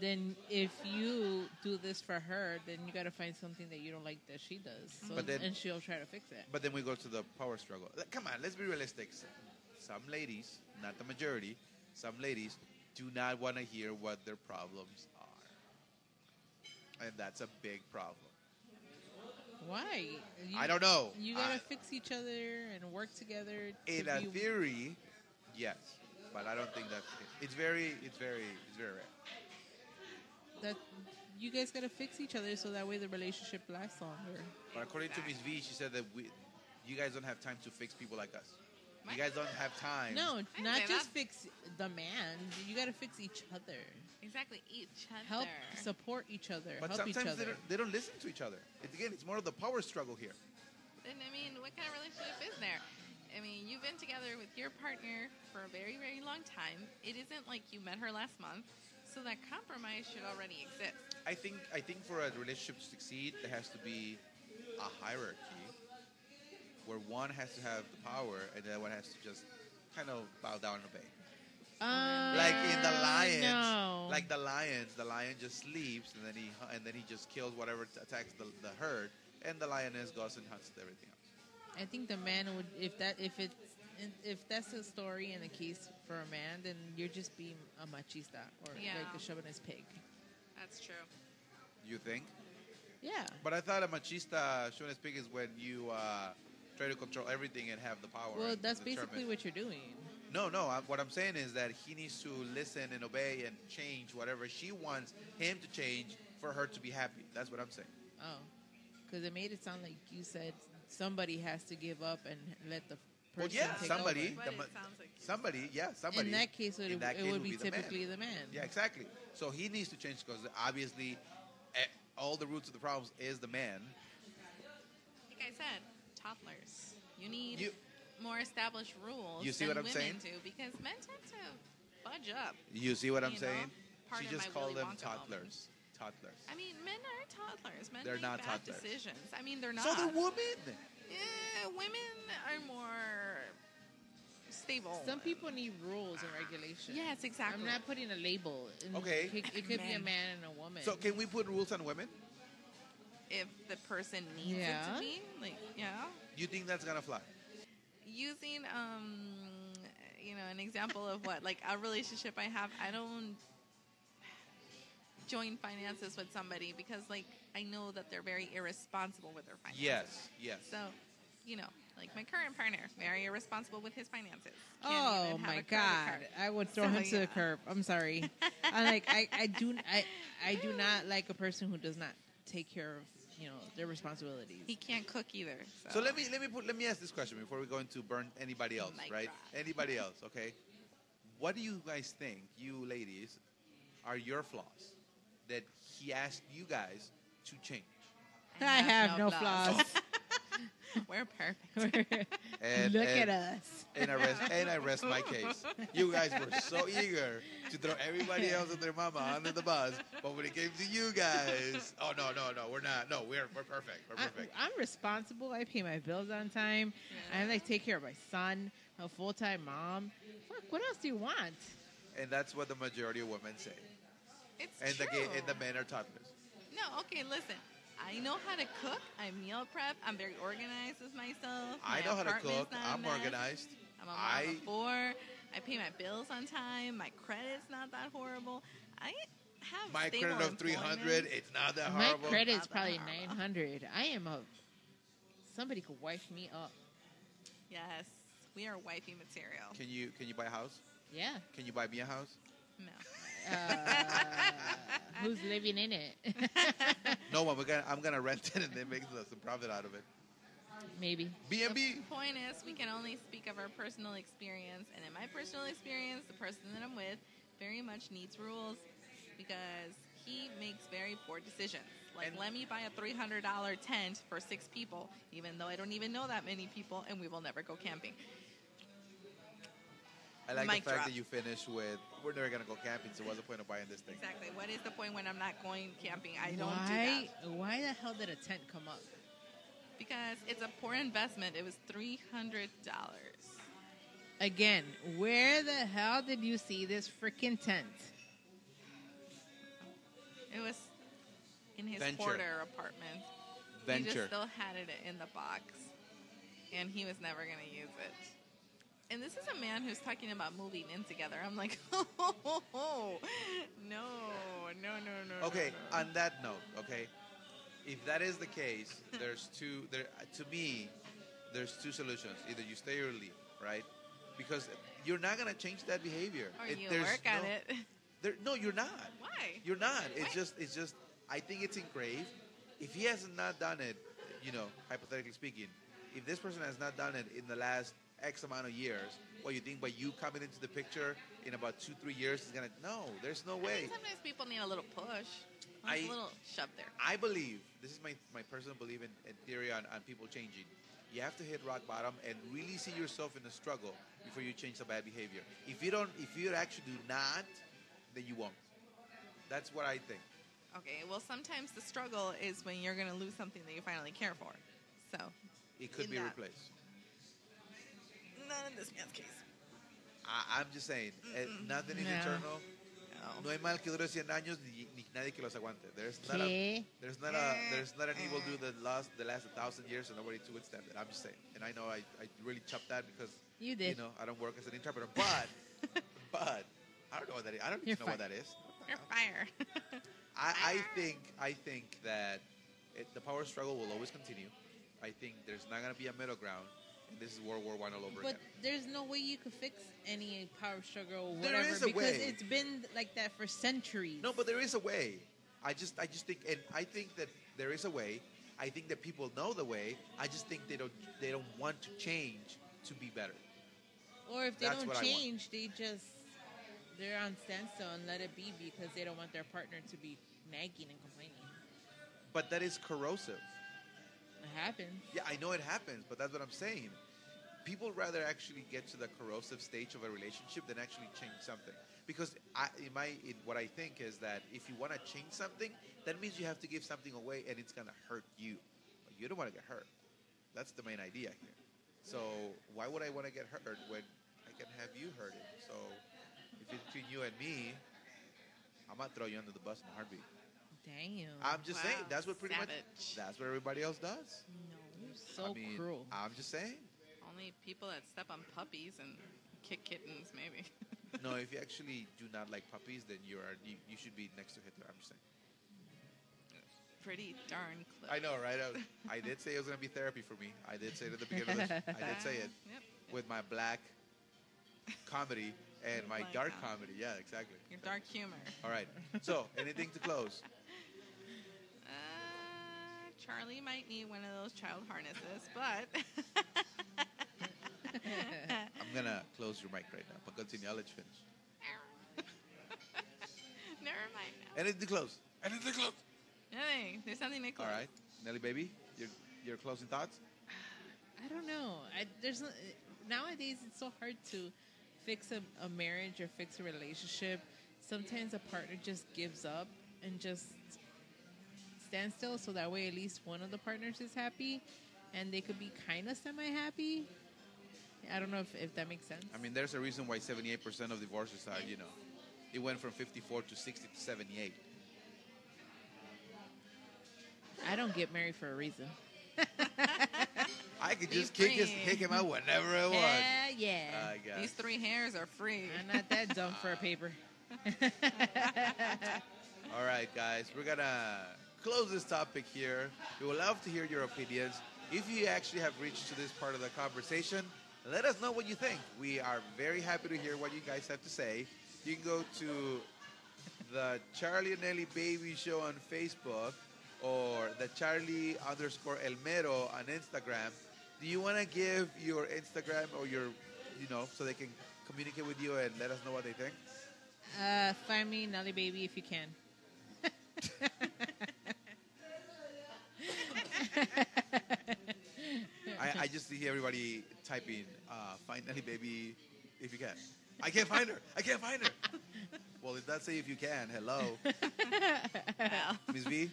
Then if you do this for her, then you got to find something that you don't like that she does. So,
But then-
and she'll try to fix it.
But then we go to the power struggle. Like, come on, let's be realistic. S- Some ladies, not the majority, some ladies do not want to hear what their problems are. And that's a big problem.
Why? You-
I don't know.
You got
I-
to fix each other and work together. to
In a
be-
theory, yes. But I don't think that's the case. It's very, it's very, it's very rare.
that you guys got to fix each other so that way the relationship lasts longer.
But according to Ms. V, she said that we, you guys don't have time to fix people like us.
My-
You guys don't have time.
No,
I
not
say
just
that.
fix the man. You got to fix each other.
Exactly, each other.
Help support each other.
But
help each
sometimes they
other.
don't, they don't listen to each other. It's, again, it's more of the power struggle here.
And I mean, what kind of relationship is there? I mean, you've been together with your partner for a very, very long time. It isn't like you met her last month, so that compromise should already exist.
I think I think for a relationship to succeed, there has to be a hierarchy where one has to have the power and the other one has to just kind of bow down and obey.
Uh,
Like in the lions,
No.
like the lions, the lion just sleeps and then he hu- and then he just kills whatever t- attacks the, the herd, and the lioness goes and hunts everything else.
I think the man would if that if it's if that's the story and the case for a man, then you're just being a machista or
Yeah.
like a chauvinist pig.
That's true.
You think?
Yeah.
But I thought a machista, shown as pig, is when you uh, try to control everything and have the power.
Well,
and
that's
determine.
basically what you're doing.
No, no. I, what I'm saying is that he needs to listen and obey and change whatever she wants him to change for her to be happy. That's what I'm saying.
Oh, because it made it sound like you said somebody has to give up and let the
Well,
person
yeah,
take
somebody.
over.
the
But
ma-
it sounds like
Somebody, yeah, somebody.
In that case, it,
in that
it
case
would be
the man.
typically the man.
Yeah, exactly. So he needs to change because obviously, eh, all the roots of the problems is the man.
like I said, toddlers. You need
You-
more established rules.
You see
than
what I'm
women
saying?
Do because men tend to budge up.
You see what I'm
You know,
saying?
part
She
of
just
my
called
Willy
them
Wonka moment.
toddlers. Toddlers.
I mean, men are toddlers. Men
They're
make
not
bad
toddlers.
decisions. I mean, they're not.
So the woman.
Eh, women are more stable.
Some people need rules and regulations.
Yes, exactly.
I'm not putting a label. In,
Okay.
It, it could be a
Man.
man and a woman.
So can we put rules on women?
if the person needs it
Yeah.
to be, like, yeah.
You think that's gonna fly?
Using, um, you know, an example of what, like a relationship I have, I don't join finances with somebody because, like, I know that they're very irresponsible with their finances.
Yes. Yes.
So, you know, like my current partner, very irresponsible with his finances. Can't
Oh
even have
my
a credit
god!
card.
I would throw
So,
him to the
yeah.
curb. I'm (laughs) sorry. I like I, I do I I do not like a person who does not take care of you know their responsibilities.
He can't cook either. So,
So let me let me put let me ask this question before we go into burn anybody else,
Mic
right?
drop.
Anybody else? Okay. What do you guys think, you ladies, are your flaws that he asked you guys to change?
(laughs) I have no flaws.
(laughs) We're
(laughs)
perfect.
Look
(laughs) And,
at
and-
us.
And I rest and I rest my case. You guys were so eager to throw everybody else and their mama under the bus, but when it came to you guys, oh no, no, no, we're not. No, we're we're perfect. We're
I,
perfect.
I'm responsible. I pay my bills on time.
Yeah.
I like take care of my son. I'm a full time mom. Fuck, what else do you want?
And that's what the majority of women say.
It's
And
true.
the ga- and the men are toddlers.
No, okay, listen. I know how to cook. I meal prep. I'm very organized with myself.
I
My
know how to
apartment's
cook.
not a
I'm
mess.
organized.
I'm a mom
I-
of four. I pay my bills on time. My credit's not that horrible. I have
My
stable
credit of
employment.
300, it's not that
My
horrible.
credit
Not
is
that
probably
horrible.
900. I am a. Somebody could wife me up.
Yes, we are wifey material.
Can you can you buy a house?
Yeah.
Can you buy me a house?
No.
Uh, who's living in it? (laughs)
No, I'm gonna I'm gonna rent it and then make the- some profit out of it.
Maybe.
B and B.
Point is, we can only speak of our personal experience, and in my personal experience, the person that I'm with very much needs rules because he makes very poor decisions. Like,
And-
let me buy a $300 tent for six people, even though I don't even know that many people, and we will never go camping.
I like
Mic
the fact
drop.
that you finished with we're never gonna go camping, so what's the point of buying this thing?
Exactly. What is the point when I'm not going camping? I don't do
why?
that
why the hell did a tent come up?
because it's a poor investment. It was $300.
Again, where the hell did you see this freaking tent?
It was in his
Venture.
quarter apartment. He just
Venture.
still had it in the box, and he was never going to use it. And this is a man who's talking about moving in together. I'm like, (laughs) oh, no, no, no, no.
Okay,
no, no.
on that note, okay, if that is the
(laughs)
case, there's two. There to me, there's two solutions. Either you stay or leave, right? Because you're not gonna change that behavior.
or
It-
you
there's
work
no,
on it. (laughs)
There, no, you're not.
Why?
You're not. It's
Why?
just. It's just. I think it's engraved. If he has not done it, you know, hypothetically speaking, if this person has not done it in the last X amount of years, what you think by you coming into the picture in about two, three years is gonna? No, there's no
I
way.
think sometimes people need a little push,
I-
a little shove there.
I believe this is my, my personal belief and, and theory on, on people changing. You have to hit rock bottom and really see yourself in the struggle before you change the bad behavior. If you don't, if you actually do not, then you won't. That's what I think.
Okay, well, sometimes the struggle is when you're going to lose something that you finally care for. So,
It could
In
be
that.
replaced.
not in this man's case.
I, I'm just saying, eh, nothing is
No.
eternal.
No.
No hay mal que dure 100 años ni, ni nadie que los aguante. There's not a
Okay.
there's not a there's not an evil
Ah.
do that last the last thousand years and nobody to withstand it. I'm just saying, and I know I, I really chopped that because
You did.
know I don't work as an interpreter,
(laughs)
but but I don't know what that is. I don't
You're
know what
fine.
that is.
You're fire. (laughs)
I, I think I think that it, the power struggle will always continue. I think there's not gonna be a middle ground, and this is World War One all over
But
again.
there's no way you could fix any power struggle or
There
whatever
is a
because
way.
it's been like that for centuries.
No, but there is a way. I just I just think and I think that there is a way. I think that people know the way. I just think they don't they don't want to change to be better.
or if they
that's
don't
what I want.
change, they just they're on standstill and let it be because they don't want their partner to be nagging and complaining.
But that is corrosive.
It happens.
Yeah, I know it happens, but that's what I'm saying. People rather actually get to the corrosive stage of a relationship than actually change something. Because I, in my, in what I think is that if you want to change something, that means you have to give something away, and it's gonna hurt you. But you don't want to get hurt. That's the main idea here. So why would I want to get hurt when I can have you hurted? So if it's between you and me, I'm gonna throw you under the bus in a heartbeat.
Damn.
I'm just saying
Wow,
that's what pretty much
savage.
that's what everybody else does.
no, so
I mean,
cruel.
I'm just saying.
Only people that step on puppies and kick kittens, maybe. (laughs)
No, if you actually do not like puppies, then you are you, you should be next to Hitler. I'm just saying.
Pretty darn close.
I know, right? I, I did say it was gonna be therapy for me. I did say it at the beginning. Of this, I did say
(laughs)
it
Yep.
with my black comedy and my
Black
dark comedy.
comedy.
Yeah, exactly.
Your dark humor.
All right. So, anything to close?
Uh, Charlie might need one of those child harnesses,
(laughs)
but (laughs)
I'm gonna close your mic right now, but continue. I'll let you finish.
never mind.
Anything to close? Anything to close?
Nothing. There's nothing to
All
close.
right, Nelly baby, your your closing thoughts?
I don't know. I, there's no- nowadays it's so hard to fix a, a marriage or fix a relationship. Sometimes a partner just gives up and just stands still, so that way at least one of the partners is happy, and they could be kind of semi happy. I don't know if, if that makes sense.
I mean, there's a reason why 78% of divorces are, you know, it went from 54 to 60 to 78.
I don't get married for a reason.
I could
Be
just kick his,
free.
kick him out whenever I want.
Hell yeah.
I guess.
These three hairs are free.
I'm
(laughs)
not that dumb for a paper.
All right, guys, we're gonna close this topic here. We would love to hear your opinions. If you actually have reached to this part of the conversation, let us know what you think. We are very happy to hear what you guys have to say. You can go to the Charlie and Nelly Baby Show on Facebook or the Charlie underscore Elmero on Instagram. Do you want to give your Instagram or your, you know, so they can communicate with you and let us know what they think?
Uh, find me Nelly Baby if
(laughs)
you can.
I, I just see everybody typing, uh, find Nelly Baby if you can. I can't find her. I can't find her. well, it does say if you can. Hello.
Well,
Miss V?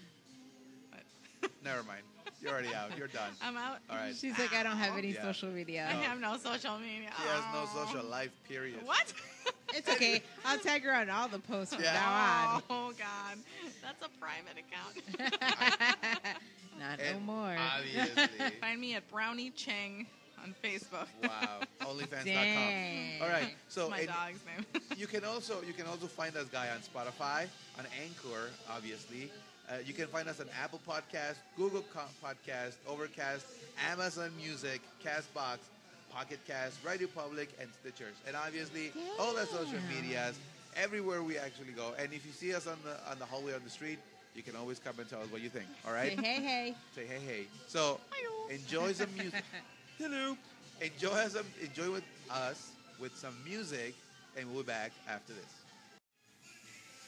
Never mind. You're already out. You're done.
I'm out.
All right.
She's like, I don't
Oh,
have any
Yeah.
social media.
I have no social media.
She has no
Oh.
social life, period.
What?
It's okay. I'll tag her on all the posts from
Yeah.
now
(laughs)
(laughs)
Oh (laughs) God, that's a private account.
on. (laughs) Not no
And
more. (laughs)
Obviously.
(laughs) Find me at Brownie Cheng on Facebook. (laughs)
wow. OnlyFans.com.
Dang.
All right. So
That's my
and
dog's name.
you can also you can also find us guy on Spotify, on Anchor, obviously. Uh, you can find us on Apple Podcast, Google Com- Podcast, Overcast, Amazon Music, Castbox, Pocket Cast, Radio Public, and Stitchers, and obviously all the social
Damn.
medias everywhere we actually go. And if you see us on the on the hallway on the street, you can always come and tell us what you think. All right,
(laughs) Say, hey, hey.
say hey hey. So enjoy some
(laughs)
music. Hello. Enjoy some enjoy with us with some music, and we'll be back after this.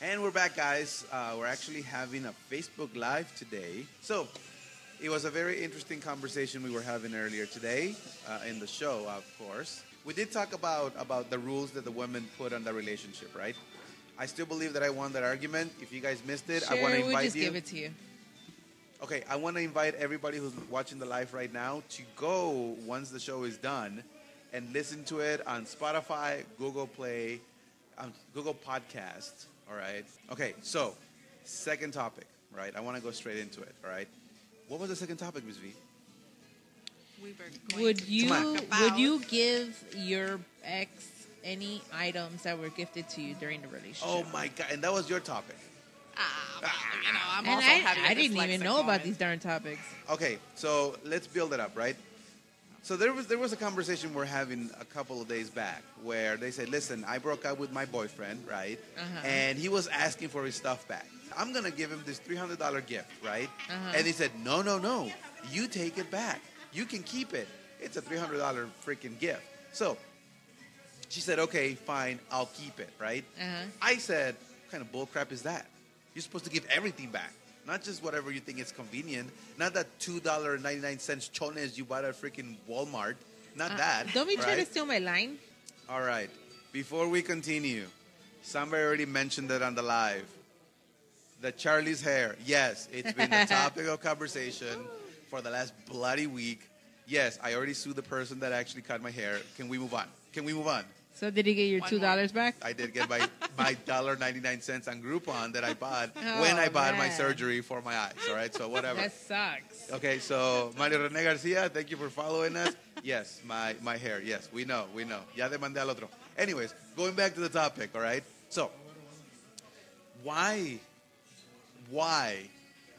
And we're back, guys. Uh, we're actually having a Facebook Live today. So it was a very interesting conversation we were having earlier today uh, in the show, of course. We did talk about about the rules that the women put on the relationship, right? I still believe that I won that argument. If you guys missed it, I want to
Sure,
invite
we'll just
you.
give it to you.
Okay, I want to invite everybody who's watching the live right now to go once the show is done and listen to it on Spotify, Google Play, um, Google Podcast. All right. Okay, so second topic, right? I want to go straight into it. All right. What was the second topic, Ms. V?
(laughs) We were going
Would
to
you
Come on.
talk
would
about-
you give your ex any items that were gifted to you during the relationship?
Oh my God! And that was your topic.
Ah, well, you know, I'm
and
also having
I,
a
I didn't even
dyslexic
know about
moment.
these darn topics.
Okay, so let's build it up, right? So there was there was a conversation we're having a couple of days back where they said, "Listen, I broke up with my boyfriend, right?
Uh-huh.
And he was asking for his stuff back. I'm gonna give him this three hundred dollar gift, right?
Uh-huh.
And he said, "No, no, no, you take it back. You can keep it. It's a three hundred dollar freaking gift." So she said, "Okay, fine, I'll keep it, right?"
Uh-huh.
I said, what kind of bull crap is that? You're supposed to give everything back, not just whatever you think is convenient, not that two dollar and ninety nine cents chones you bought at freaking Walmart, not that.
Uh, Don't be trying to
right?
steal my line.
All right, before we continue, somebody already mentioned it on the live. The Charlie's hair, yes, it's been
(laughs)
the topic of conversation for the last bloody week. Yes, I already sued the person that actually cut my hair. Can we move on? Can we move on?
So did he get your
One
two dollars back?
I did get
(laughs)
my my dollar ninety nine cents on Groupon that I bought
Oh,
when I bought my
man.
surgery for my eyes. All right, so whatever.
That sucks.
okay, so Mario René Garcia, thank you for following us. Yes, my my hair. Yes, we know, we know. Ya demandé al otro. Anyways, going back to the topic. All right, so why why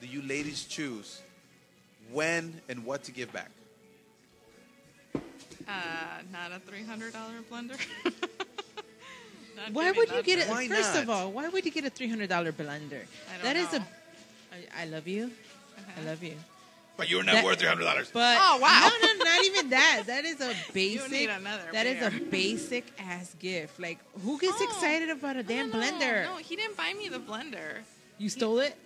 do you ladies choose when and what to give back?
Uh, not a three hundred dollar blender. (laughs) Not
Why
giving
would you
that
get
back.
a
Why
First of
not?
all, why would you get a three hundred dollar blender?
I don't
That is
know.
a. I, I love you. I
Uh-huh.
love you.
But you're not
That-
worth three hundred dollars.
But
Oh, wow.
No, no, not even
(laughs)
that. That is a basic.
need another
that is a
beer.
basic ass gift. Like who gets
Oh.
excited about a
No,
damn
no, no.
blender?
No, he didn't buy me the blender.
You stole it.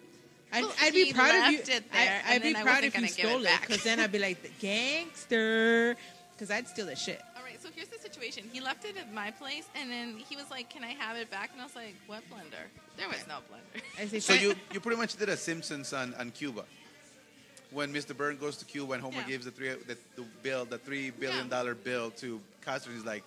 I'd,
Well,
I'd be
he
proud of you.
left it there,
I,
and
would be
then I
proud
wasn't
if you
gonna give it
stole it
back.
because then I'd be like the gangster. Because I'd steal that shit.
All right, so here's the situation. He left it at my place, and then he was like, "Can I have it back?" And I was like, "What blender? There was no blender." (laughs)
I say,
So
"Fine."
you, you pretty much did a Simpsons on, on Cuba. When Mr. Burns goes to Cuba and Homer
Yeah.
gives the three the, the bill the three billion dollar bill to Castro, he's like,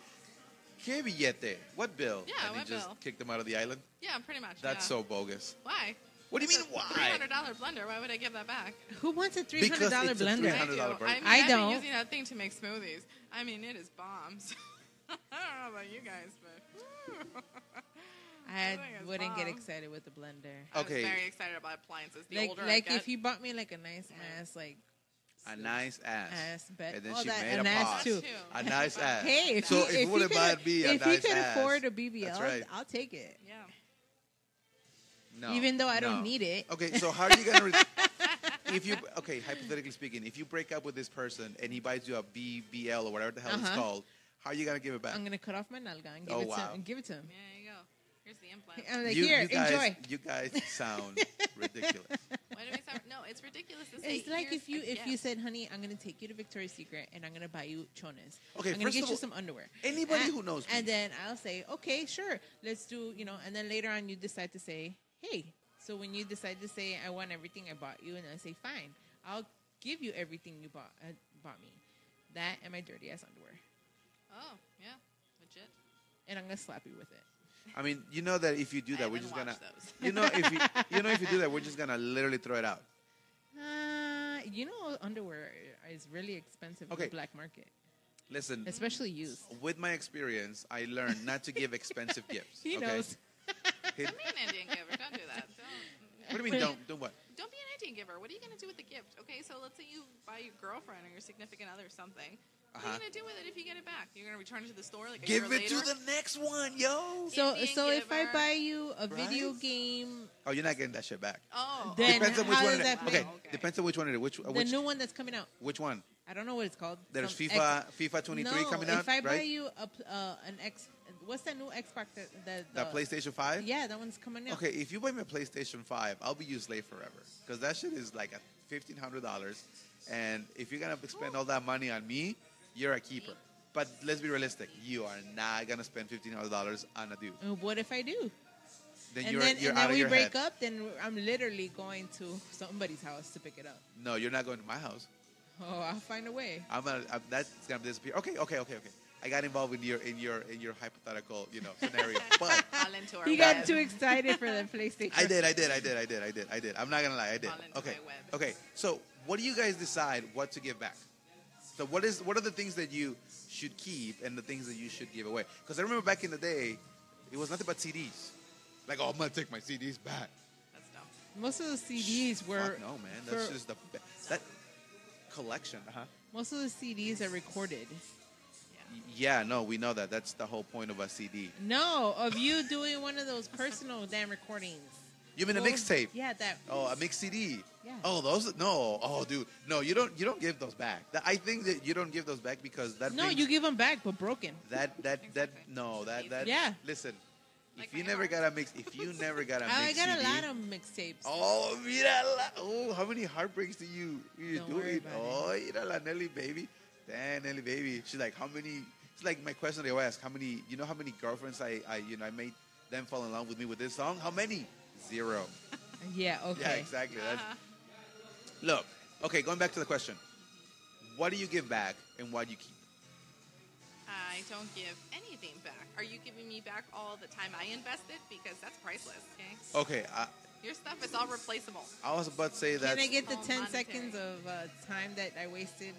"Que billete? What bill?"
Yeah,
and
what
he just
bill?
kicked him out of the island.
Yeah, pretty much.
That's
yeah.
so bogus.
Why?
What do you mean?
Three
Why?
hundred dollar blender. Why would I give
(laughs)
that back?
Who wants a three
Because
hundred dollar
it's a
blender?
$300
I do.
blender.
I, mean,
I
I've
don't.
Been using that thing to make smoothies. I mean, it is bombs. (laughs) I don't know about you guys, but
I
That thing is
wouldn't get
bomb.
excited with the blender.
I was
Okay.
very excited about appliances. The
like
older I
like
get,
if you bought me like a nice ass like
A nice ass.
ass bet.
And then
all
she
that,
made a
an ass
pause.
too.
Too.
A
(laughs)
nice ass.
Hey, if
so
you,
if
if,
you
you
would've
could,
bought me a
if you
nice
could
ass,
afford a BBL,
that's right.
I'll take it.
yeah,
No,
Even though I
no.
don't need it.
Okay, so how are you
(laughs)
gonna? Re- if you okay, hypothetically speaking, if you break up with this person and he buys you a BBL or whatever the hell it's
Uh-huh.
called, how are you gonna give it back?
I'm gonna cut off my nalga and give
Oh,
it to
wow.
him. Give it to him.
there you go. Here's the
(laughs)
implant.
I'm like,
you,
here,
you guys,
enjoy.
You guys
(laughs)
sound ridiculous.
Why do we sound? No, it's ridiculous. To say,
It's like
"Here's
if you
a
if you
gift."
said, "Honey, I'm gonna take you to Victoria's Secret and I'm gonna buy you chones.
Okay,
I'm gonna
first
get
of
you
all,
some underwear."
anybody
And-
who knows me-
and then I'll say, "Okay, sure, let's do," you know. And then later on, you decide to say, "Hey." So when you decide to say, "I want everything I bought you," and I say, "Fine, I'll give you everything you bought uh, bought me," that and my dirty ass underwear,
oh yeah, legit.
and I'm gonna slap you with it.
I mean, you know that if you do
I
that, we're
haven't
just gonna.
watched those.
You know if you, you know if you do that, we're just gonna literally throw it out.
Uh, you know, underwear is really expensive on
Okay.
the black market,
Listen,
especially used.
with my experience, I learned not to give
(laughs)
expensive gifts.
He
okay?
knows.
He-
Don't be an Indian giver. Don't do that. Don't.
What do you mean? Don't do what?
Don't be an Indian giver. What are you going to do with the gift? Okay, so let's say you buy your girlfriend or your significant other something. What are
Uh-huh.
you going to do with it if you get it back? You're going to return it to the store like a
Give
year
it
later?
to the next one, yo.
So,
Indian
so if I
giver.
buy you a video
Right?
game,
Oh, you're not getting that shit back.
Oh,
Then
Depends on which
how
one. It
does
is.
that
feel?
Okay.
Okay. (laughs)
Depends on which one it is. Which
the
Uh, which
new one that's coming out,
which one?
I don't know what it's called.
There's
Some
FIFA
X-
FIFA 23
no,
coming out,
if I
right?
buy you a, pl- uh, an X, what's that new Xbox that that,
that
the-
PlayStation 5?
Yeah, that one's coming out.
Okay, if you buy me a PlayStation 5, I'll be your slave forever. Because that shit is like a $1,500. And if you're going to spend all that money on me, you're a keeper. But let's be realistic. You are not going to spend $1,500 on a dude.
Uh, What if I do?
Then
and
you're,
then,
you're
and
out
then
of
we
your
break
head.
up. Then I'm literally going to somebody's house to pick it up.
No, you're not going to my house.
Oh, I'll find a way.
I'm gonna. I'm, that's gonna disappear. Okay, okay, okay, okay. I got involved in your in your in your hypothetical, you know,
(laughs)
scenario. but
Fall into our
He got
web.
too excited for the PlayStation.
I did, I did, I did, I did, I did, I did. I'm not gonna lie, I did.
Fall into
Okay,
my web.
okay. So, what do you guys decide what to give back? So, what is what are the things that you should keep and the things that you should give away? Because I remember back in the day, it was nothing but CDs. Like, oh, I'm gonna take my CDs back.
That's dumb.
Most of the CDs were
Fuck no, man. That's
for-
just the be- that collection, uh-huh. huh?
most of the CDs are recorded.
Yeah.
Yeah, no, we know that. That's the whole point of a CD.
No, of you doing one of those personal damn recordings.
You mean a
What was-
mixtape?
Yeah, that.
Oh, a mix CD.
Yeah.
Oh, those no. Oh, dude, no. You don't. You don't give those back. That- I think that you don't give those back because that.
No,
brings-
you give them back, but broken.
That that that
Exactly.
no that that.
Yeah.
Listen,
Like
if you
my
never
heart.
got a mix, if you never got a
(laughs) Oh, I
mix
got a
CD.
lot of mixtapes.
Oh, mira la, oh, how many heartbreaks do you you
Don't
do
worry
it?
about
Oh, mira la Nelly baby, damn Nelly baby. She's like, how many? It's like my question they always ask, how many? You know how many girlfriends I I you know I made them fall in love with me with this song? How many? Zero.
Yeah, okay.
Yeah, exactly. That's,
(laughs) Uh-huh.
Look, okay, going back to the question. What do you give back and what do you keep?
I don't give anything back. Are you giving me back all the time I invested? Because that's priceless. Okay,
Okay, I,
your stuff is all replaceable.
I was about to say that.
Can I get the
all
10
monetary.
seconds of uh, time that I wasted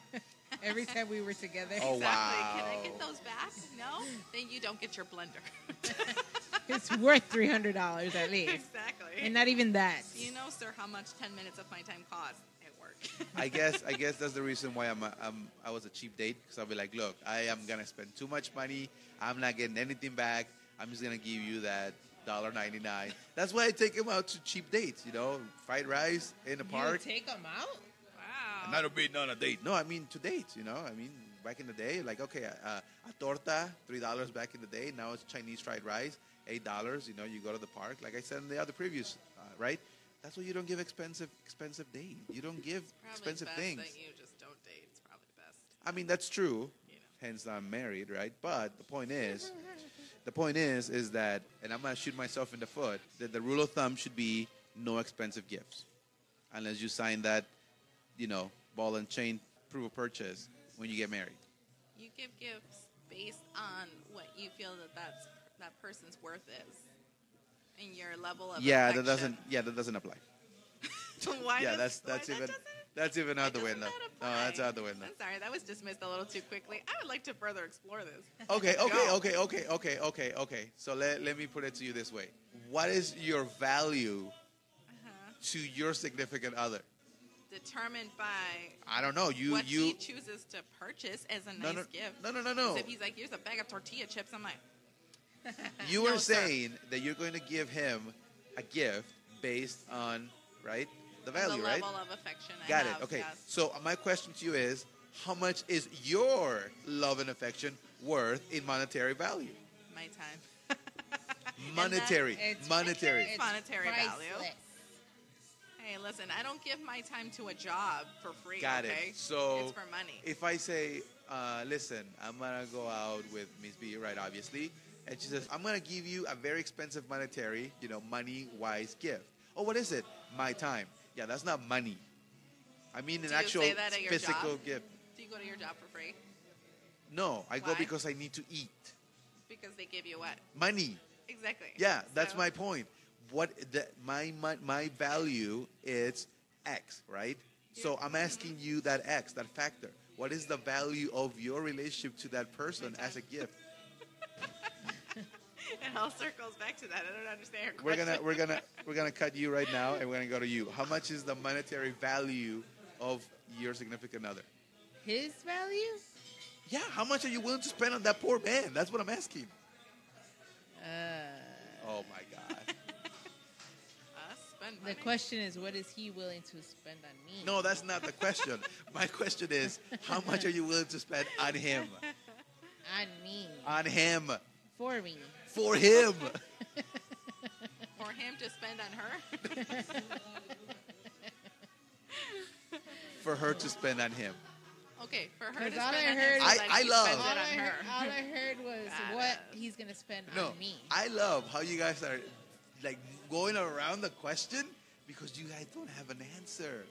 (laughs) every time we were together?
Oh,
exactly. Can I
wow.
get those back? No, then you don't get your blender.
(laughs)
(laughs)
It's worth $300 at least.
exactly.
And not even that.
Do you know, sir, how much 10 minutes of my time costs at work? (laughs)
I guess I guess that's the reason why I'm, a, I'm I was a cheap date because I'll be like, look, I am gonna spend too much money. I'm not getting anything back. I'm just gonna give you that dollar ninety nine. That's why I take him out to cheap dates. You know, fried rice in the
You
park.
take them out?
wow.
not a bit, not a date. No, I mean to date. You know, I mean back in the day, like okay, uh, a torta, three dollars back in the day. Now it's Chinese fried rice, eight dollars. You know, you go to the park, like I said in the other previews, uh, right? That's why you don't give expensive expensive date. You don't give
Probably
expensive
best
things.
that you just don't date. It's probably best.
I mean, that's true.
You know.
Hence, I'm married, right? But the point is, the point is, is that, and I'm gonna shoot myself in the foot. That the rule of thumb should be no expensive gifts, unless you sign that, you know, ball and chain proof of purchase when you get married.
You give gifts based on what you feel that that's, that person's worth is, and your level of
yeah, that
affection.
doesn't. Yeah, that doesn't apply.
(laughs) why
yeah, that's
does- why
that's
that
even
doesn't-
that's even out the
why doesn't
window.
that
No, that's
apply?
out the window.
I'm sorry, that was dismissed a little too quickly. I would like to further explore this.
Okay, okay,
Go.
okay, okay, okay, okay, okay. So let, let me put it to you this way. What is your value
Uh-huh.
to your significant other?
Determined by
I don't know. You
what
you
he chooses to purchase as a nice
no,
gift.
no, no, no,
'Cause
no.
If he's like, here's a bag of tortilla chips, I'm like,
you
No,
are
sir.
saying that you're going to give him a gift based on right the
the
value,
level
right?
of affection I
Got
have,
it. Okay.
yes.
So my question to you is, how much is your love and affection worth in monetary value?
My time.
Monetary,
It's-
(laughs) monetary.
it's
Monetary value.
priceless.
Hey, listen, I don't give my time to a job for free.
Got
okay?
it. So
it's for money.
If I say, uh, listen, I'm gonna go out with Miss B, right? Obviously, and she says, I'm gonna give you a very expensive monetary, you know, money-wise gift. Oh, what is it? My time. Yeah, that's not money. I mean, an
Do you
actual
say that at your
physical
job?
gift.
Do you go to your job for free
No, I go
Why?
because I need to eat.
because they give you what?
Money.
Exactly.
Yeah, that's
So-
my point. What the, my, my my value is X, right? So I'm asking you that X, that factor. What is the value of your relationship to that person as a gift?
(laughs) It all circles back to that. I don't understand. Your
We're
question.
gonna we're gonna we're gonna cut you right now, and we're gonna go to you. How much is the monetary value of your significant other?
His value?
Yeah, how much are you willing to spend on that poor man? That's what I'm asking. oh my God!
Us Uh, spend
The
money.
question is, what is he willing to spend on me?
No, that's not the question. My question is, how much are you willing to spend on him?
on me,
On him.
for
uh,
me.
for him.
for him to spend on her. (laughs)
For her to spend on him.
okay, for her to
'Cause
spend
all I
on
heard
him.
was-
so that
I- I
he
love-
spends
All
it
I,
on
heard,
her.
all I heard was what
Badass.
he's gonna spend
No,
on me.
I love how you guys are like going around the question because you guys don't have an answer.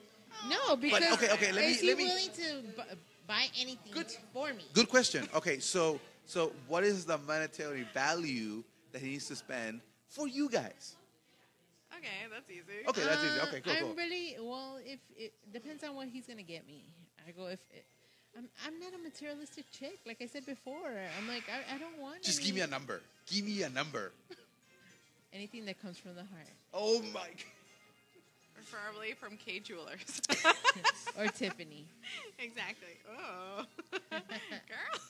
no, because
okay, okay, let me-
is he
let me-
willing to bu buy anything
Good.
for me?
Good question. Okay, so so what is the monetary value that he needs to spend for you guys?
Okay, that's easy.
Okay, that's easy. Okay, cool,
Uh, I'm
cool.
really well. If it depends on what he's gonna get me, I go if. It, I'm, I'm not a materialistic chick. Like I said before, I'm like I, I don't want
Just
any-
give me a number. Give me a number.
anything that comes from the heart
Oh my. g-
Preferably from K
(laughs)
Jewelers.
or Tiffany. (laughs)
exactly. Oh, girl,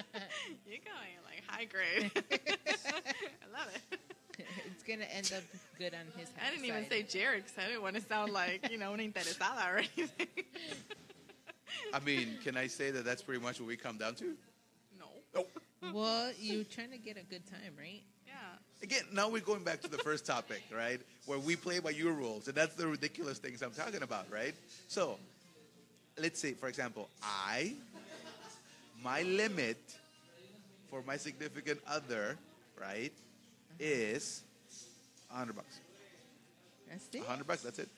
(laughs) you're going like high grade. (laughs) I love it.
it's gonna end up good on his.
I didn't even
side.
say Jared because I didn't want to sound like you know una interesada or anything.
(laughs) I mean, can I say that that's pretty much what we come down to?
no.
Oh.
Well, you're trying to get a good time, right?
Yeah.
Again, now we're going back to the first topic, right? Where we play by your rules, and that's the ridiculous things I'm talking about, right? So, let's say, for example, I, my limit for my significant other, right, is 100 bucks.
That's it.
100 bucks, that's it.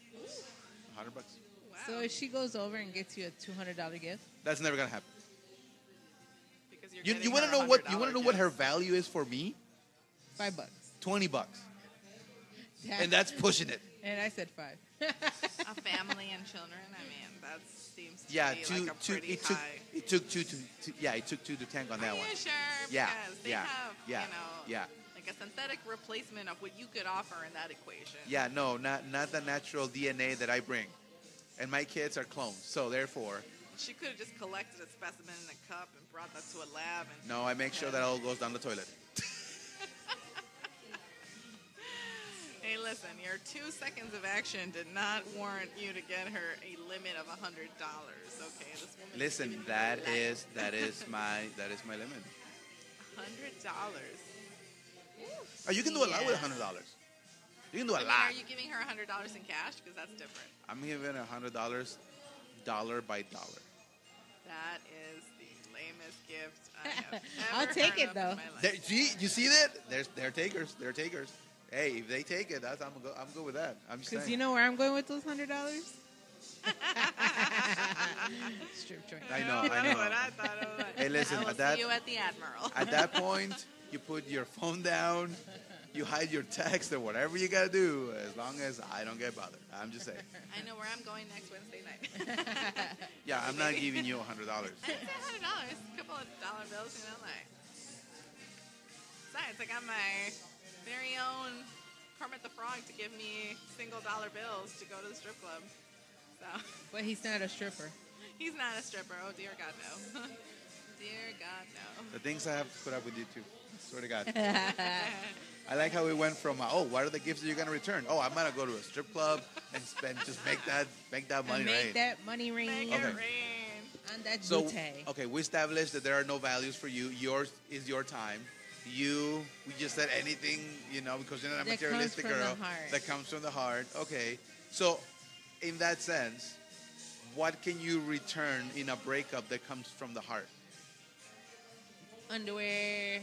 100 bucks.
Wow.
So if she goes over and gets you a two hundred dollar gift,
That's never gonna happen.
because you're
You,
getting
you want to
her
know what you
$100
want to know what her
gifts.
value is for me?
five bucks.
20 bucks,
Yeah.
and that's pushing it.
and I said five.
a family and children. I mean, that seems to
Yeah,
be
two,
like a
two.
pretty
It took,
high.
it took two to, two, yeah, it took two to tango on that
Are
one.
you sure?
Yeah,
Because they
yeah,
have,
yeah,
you know,
yeah.
like a synthetic replacement of what you could offer in that equation.
Yeah, no, not not the natural DNA that I bring, and my kids are clones. So therefore,
She could have just collected a specimen in a cup and brought that to a lab. And
no, I make sure that all goes down the toilet.
Hey, listen, your two seconds of action did not warrant you to get her a limit of hundred dollars. Okay, this woman.
Listen, that is that is my that is my limit.
hundred dollars.
Oh, you can do a lot with
Yeah.
hundred dollars. You can do a
I mean,
lot.
are you giving her hundred dollars in cash? Because that's different.
I'm giving a hundred dollars, dollar by dollar.
That is the lamest gift
(laughs)
I have
I'll
ever
take
heard
it,
of
though.
In my life.
There, see, you see that? There's they're takers. They're takers. Hey, if they take it, that's, I'm go, I'm good with that. I'm just
Because
saying.
you know where I'm going with those
(laughs)
hundred dollars? Strip joint.
I know,
(laughs) That's
I know.
what I thought of that.
Hey, listen,
I will
at that-
see you at the Admiral.
At that point, you put your phone down, you hide your text or whatever you gotta do, as long as I don't get bothered. I'm just saying.
I know where I'm going next Wednesday
(laughs)
night.
Yeah, I'm not giving you a hundred dollars.
I didn't say hundred dollars, a couple of dollar bills, you know, like. Besides, I got my very own Kermit the Frog to give me single dollar bills to go to the strip club. So (laughs)
But he's not a stripper.
he's not a stripper. Oh dear God no. (laughs) dear God no.
The things I have to put up with you too. Swear to God. I like how we went from uh, oh, what are the gifts that you're gonna return? Oh, I'm gonna go to a strip club and spend just make that make that money
Make
right.
that (laughs) money ring
Make
Okay.
it rain.
on that
so uh,
bootay.
okay, we established that there are no values for you. Yours is your time. You we just said anything you know because you're not a
That comes
materialistic
from the
girl
heart.
that comes from the heart. Okay, so in that sense, what can you return in a breakup that comes from the heart?
Underwear,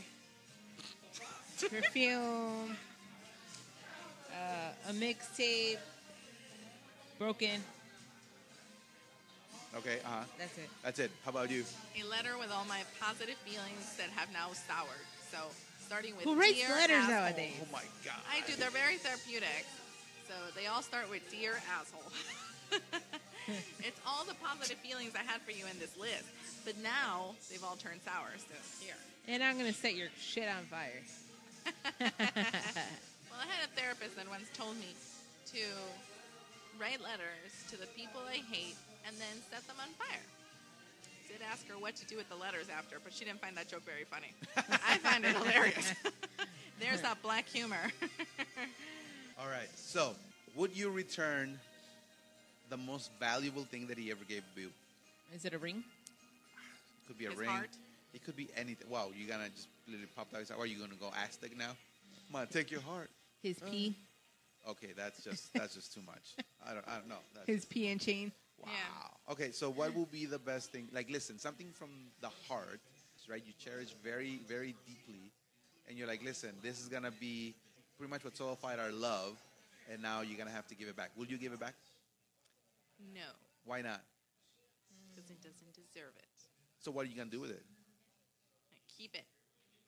perfume, uh, a mixtape, broken.
Okay, uh huh.
That's it.
That's it. How about you?
A letter with all my positive feelings that have now soured. So starting with
Who writes
dear
letters
asshole.
nowadays?
Oh my god.
I do. They're very therapeutic. So they all start with dear asshole. (laughs) it's all the positive feelings I had for you in this list, but now they've all turned sour. So here.
And I'm gonna set your shit on fire.
Well, I had a therapist that once told me to write letters to the people I hate and then set them on fire. Did ask her what to do with the letters after, but she didn't find that joke very funny. I find it hilarious. (laughs) There's that black humor. (laughs)
All right. So, would you return the most valuable thing that he ever gave you?
Is it a ring?
Could be a
His
ring.
heart?
It could be anything. Wow, you're gonna just literally pop that out. Are you gonna go Aztec now? Ma, take your heart.
His pee.
Okay, that's just that's just too much. I don't I don't know. That's
His pee and chain.
wow.
Yeah.
Okay, so what will be the best thing? Like, listen, something from the heart, right? You cherish very very deeply, and you're like, listen, this is gonna be pretty much what solidified our love, and now you're gonna have to give it back. Will you give it back?
no,
Why not?
because it doesn't deserve it.
So what are you gonna do with it?
I keep it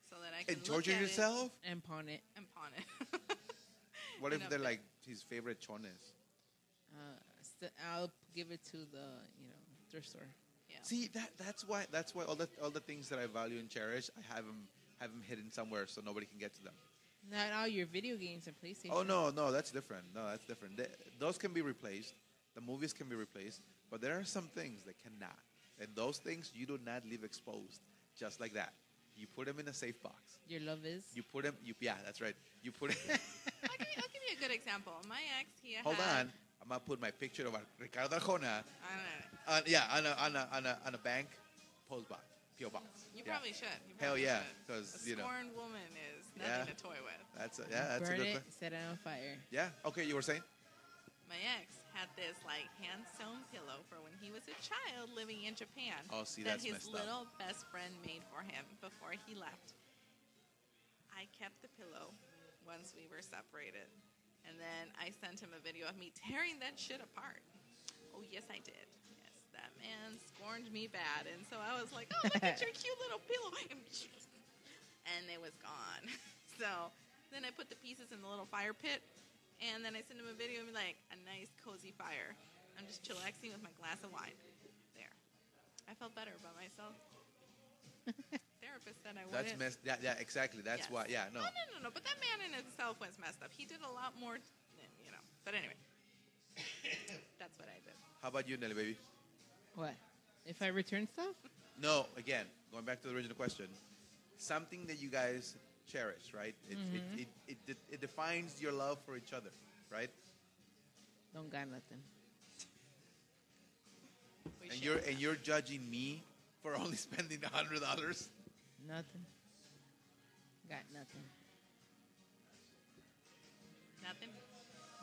so that I can
And
look
torture
at it
yourself?
And pawn it.
and pawn it. (laughs)
What
No.
if they're like his favorite chones?
Uh, st- I'll give it to the you know thrift store.
yeah.
See that that's why that's why all the all the things that I value and cherish I have them have them hidden somewhere so nobody can get to them.
Not all your video games and PlayStation.
Oh no no that's different no that's different. Th those can be replaced. The movies can be replaced, but there are some things that cannot. And those things you do not leave exposed just like that. You put them in a safe box.
Your love is.
You put them. You yeah that's right. You put. (laughs) 'em-
I'll, give you, I'll give you a good example. My ex, he
hold
had,
on. I'm gonna put my picture of Ricardo Arjona
I don't know.
Uh, yeah, on a, on a, on a, on a bank post box, PO box.
You
yeah.
probably should. You
Hell
probably
yeah,
should.
'cause,
a
you know.
scorned woman is nothing
Yeah.
to toy with.
That's a, yeah, that's
Burn
a good
it.
question.
Set it on fire.
Yeah. Okay, you were saying?
My ex had this like hand sewn pillow for when he was a child living in Japan.
Oh, see,
that
that's
his
messed up.
little best friend made for him before he left. I kept the pillow once we were separated, and then I sent him a video of me tearing that shit apart. Oh yes, I did. Yes, that man scorned me bad, and so I was like, "Oh, look at your cute little pillow," and it was gone. (laughs) So then I put the pieces in the little fire pit, and then I sent him a video of me like a nice cozy fire. I'm just chillaxing with my glass of wine. There, I felt better about myself. Therapist said I
That's
wouldn't.
messed. Yeah, yeah, exactly. That's
Yes. Oh,
why. Yeah, no.
No, no, no, no. But that man in itself was messed up. He did a lot more, you know. But
(coughs)
anyway, that's what I did.
How about you, Nelly baby?
What? If I return stuff?
No. Again, going back to the original question, something that you guys cherish, right? It it,
Mm-hmm.
it, it, it, it defines your love for each other, right?
Don't got nothing.
We
And
should-
you're and you're judging me for (laughs) only spending a hundred dollars.
Nothing. Got nothing.
nothing.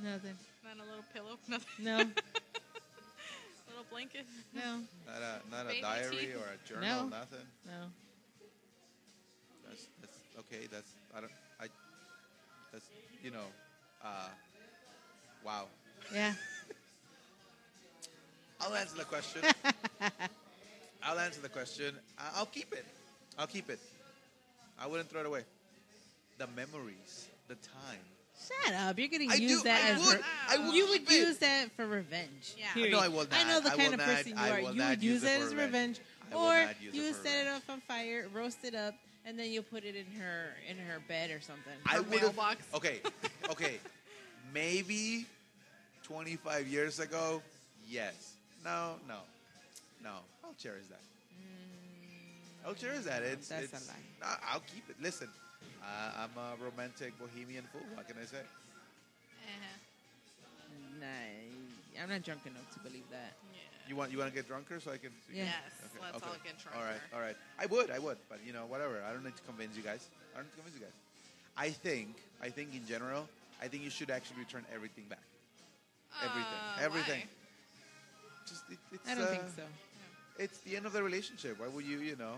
Nothing.
Not a little pillow, (laughs) nothing.
No.
(laughs)
little blanket.
No.
Not a not a
Baby
diary
teeth.
or a journal,
No.
nothing.
No.
That's, that's okay. That's I don't I. That's you know, uh, wow.
Yeah.
I'll answer the question. I'll answer the question. I- I'll keep it. I'll keep it. I wouldn't throw it away. The memories, the time.
Shut up. You're going
I
to
do.
use that
I
as
would.
re-
I would
You would
keep it.
use that for revenge.
Yeah.
period.
No, I will
I know
not.
the
I
kind
will
of
not-
person you
I
are.
will
You
not
would
use
use
it
that
for
as
revenge.
revenge,
I will
or
not use
you
it
would
for
set it
revenge.
up on fire, roast it up, and then you'll put it in her in her bed or something.
I
Her
would
mailbox.
(laughs)
Okay, okay, maybe 25 years ago. Yes. No. No. No. I'll cherish that. I'll cherish that. It's,
Mm. That's
it's-
a lie.
I- I'll keep it. Listen, I, I'm a romantic bohemian fool. What can I say?
Uh-huh.
Nah, I'm not drunk enough to believe that.
Yeah.
You want you want to get drunker so I can. so you
Yeah.
can-
Yes,
Okay,
let's
okay.
all get drunk.
All right, all right. I would, I would, but you know, whatever. I don't need to convince you guys. I don't need to convince you guys. I think, I think in general, I think you should actually return everything back. Everything,
Uh,
everything.
why?
Just it, it's.
I don't
uh,
think so.
It's the end of the relationship. Why would you? You know,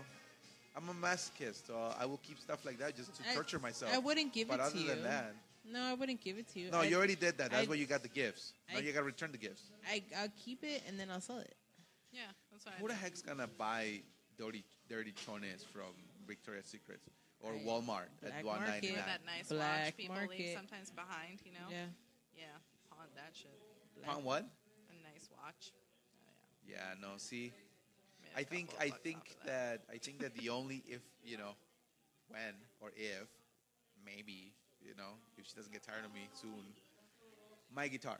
I'm a masochist, so I will keep stuff like that just to
I-
torture myself.
I wouldn't give
but
it
other
to
than
you.
that,
No, I wouldn't give it to you.
no,
I,
you already did that. That's
I-
why you got the gifts. Now
I-
you got to return the gifts.
I, I'll keep it and then I'll sell it.
Yeah, that's why.
Who the heck's gonna buy dirty dirty chones from Victoria's Secret or
Right.
Walmart
Black
at one ninety
market.
nine?
Or that nice watch
Black
people leave
market.
sometimes behind, you know?
Yeah.
Yeah, pawn that shit.
Black-
Pound what?
A nice watch. Oh, yeah.
Yeah, no. See,
Made a
I think
couple
I
bucks
think
off of
that I think that the only if you know when or if maybe you know if she doesn't get tired of me soon, my guitar.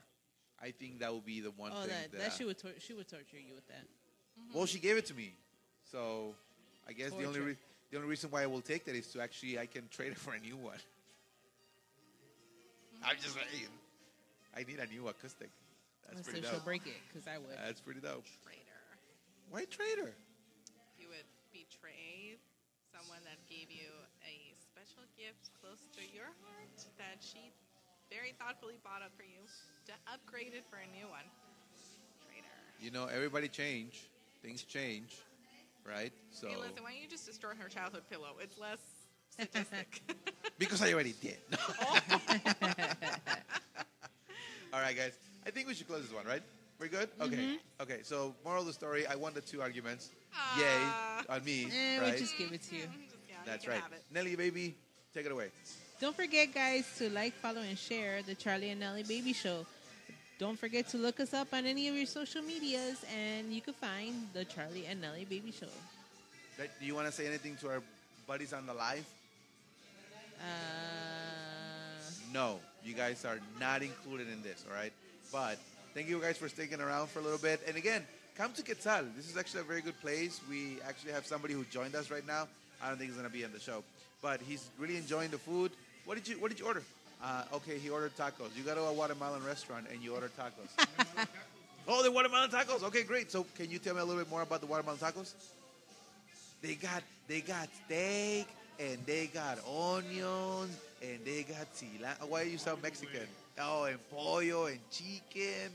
I think that would be the one
Oh,
thing
that, that she would tor- she would torture you with that.
Well, she gave it to me, so I guess the only
Torture.
re- the only reason why I will take that is to actually I can trade it for a new one.
Mm-hmm.
I'm just saying, I need a new acoustic. That's
Unless
pretty
she'll
dope.
break it because I would.
That's pretty dope.
Traitor.
Why trade her?
You would betray someone that gave you a special gift close to your heart that she very thoughtfully bought up for you to upgrade it for a new one. Traitor.
You know, everybody change, things change, right? So
Hey, listen, why don't you just destroy her childhood pillow? It's less sadistic.
(laughs)
(laughs)
because I already did.
Oh.
(laughs) All right, guys. I think we should close this one, right? We're good.
Mm-hmm.
Okay. Okay. So, moral of the story: I won the two arguments.
Ah.
Yay on me,
Eh,
right?
We just give it to you.
(laughs) Yeah, you
That's
can
right.
have it.
Nelly, baby, take it away.
Don't forget, guys, to like, follow, and share the Charlie and Nelly Baby Show. Don't forget to look us up on any of your social medias, and you can find the Charlie and Nelly Baby Show.
That- Do you want to say anything to our buddies on the live?
Uh,
No, you guys are not included in this, all right? But thank you guys for sticking around for a little bit. And again, come to Quetzal. This is actually a very good place. We actually have somebody who joined us right now. I don't think he's gonna be on the show, but he's really enjoying the food. What did you What did you order? Uh, okay, he ordered tacos. You go to a watermelon restaurant and you order tacos. oh, the watermelon tacos. Okay, great. So, can you tell me a little bit more about the watermelon tacos? They got they got steak and they got onions and they got cilantro. Why you sound Mexican? Oh, and pollo and chicken.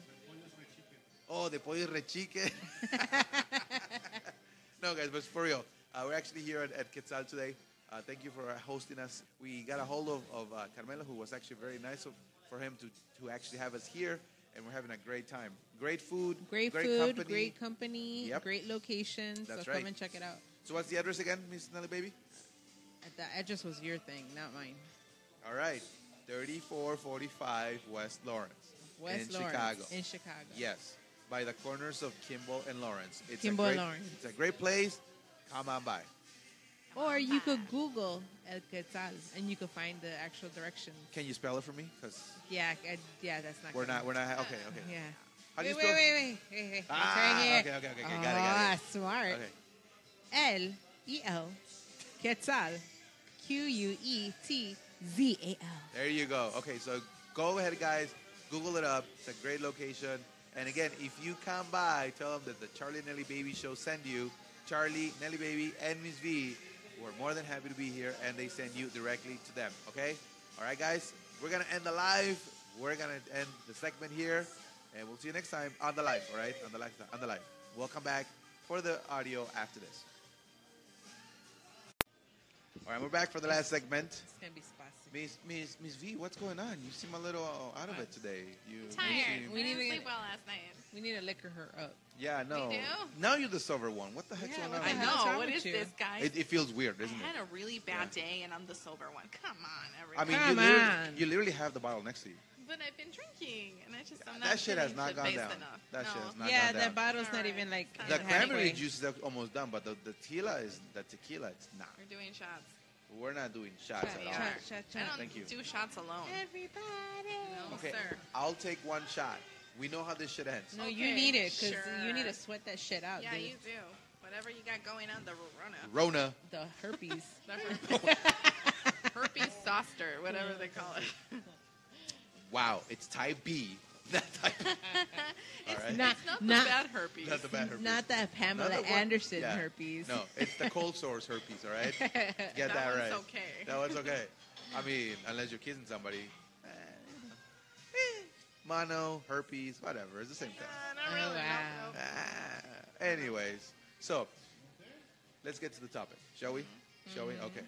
Oh, the pollo is re chicken. (laughs) no, guys, but for real, uh, we're actually here at, at Quetzal today. Uh, thank you for uh, hosting us. We got a hold of, of uh, Carmelo, who was actually very nice of, for him to, to actually have us here, and we're having a great time. Great food,
great, food, great company,
Yep.
great location.
That's
so
right.
come and check it out.
So what's the address again, Miss Nelly Baby?
Uh, That address was your thing, not mine.
All right, 3445 West Lawrence
West
in
Lawrence,
Chicago.
In Chicago.
yes, by the corners of Kimball and Lawrence. It's
Kimball
a
and
great,
Lawrence.
It's a great place. Come on by.
Or you could Google El Quetzal, and you could find the actual directions.
Can you spell it for me? Because
Yeah, I, yeah, that's not.
we're
gonna-
not. We're not. Okay. Okay.
Yeah.
How do you
wait,
spell-
wait, wait, wait, wait, wait.
Ah,
it's right here.
okay, okay, okay, okay. Got it, got it.
Ah, smart.
Okay.
L E L Quetzal Q U E T Z A L.
There you go. Okay. So go ahead, guys. Google it up. It's a great location. And again, if you come by, tell them that the Charlie and Nelly Baby Show send you. Charlie, Nelly Baby, and Miss V were more than happy to be here, and they send you directly to them. Okay. All right, guys. We're gonna end the live. we're gonna end the segment here, and we'll see you next time on the live. All right, on the live, on the live. We'll come back for the audio after this. All right, we're back for the last segment.
It's gonna be spicy.
Miss Miss Miss V, what's going on? You seem a little uh, out of it today. You you
Tired.
seem-
We
We
need
didn't
to-
sleep well last night.
We need to liquor her up.
yeah, no.
do?
Now you're the silver one. What the heck's
Yeah,
going
what
on?
the
I
hell is Oh, wrong
know. What
with
is
you?
this, guys?
It, it feels weird, doesn't
I had
it?
a really bad
Yeah.
day, and I'm the sober one. Come on,
I
everybody.
mean, you
Come
literally,
on.
you literally have the bottle next to you.
but I've been drinking, and I just I'm not
That shit has
feeling
not gone
good-based
down.
Enough.
That
no.
shit has not
yeah,
gone down.
the bottle's not
Alright.
even like
The
The
Kinda
cranberry
halfway.
juice is almost done, but the, the tequila is the tequila. It's not.
We're doing shots.
We're not doing shots
Shot,
at
Yeah.
all.
shot, shot,
I don't
shot.
Thank you.
do shots alone.
Everybody.
No,
Okay,
sir.
I'll take one shot. We know how this shit ends.
No,
Okay,
you need it because you
sure.
need to sweat that shit out,
Yeah,
dude.
you do. Whatever you got going on, the Rona.
Rona. (laughs)
The herpes.
The herpes, herpes
(laughs)
zoster, whatever they call it.
Wow, it's type B. (laughs) Not type. All right.
Not-
It's not,
not-
the bad herpes.
Not the bad herpes.
Not that Pamela
Another one-
Anderson
yeah.
herpes. (laughs)
No, it's the cold source herpes. All right. Get that,
That one's
right.
okay.
That one's okay. I mean, unless you're kissing somebody. Eh, you know. Eh, Mono, herpes, whatever. It's the same
Uh,
thing.
not really.
Oh, wow.
Nope,
Ah, anyways, so let's get to the topic, shall we? Shall we? Okay.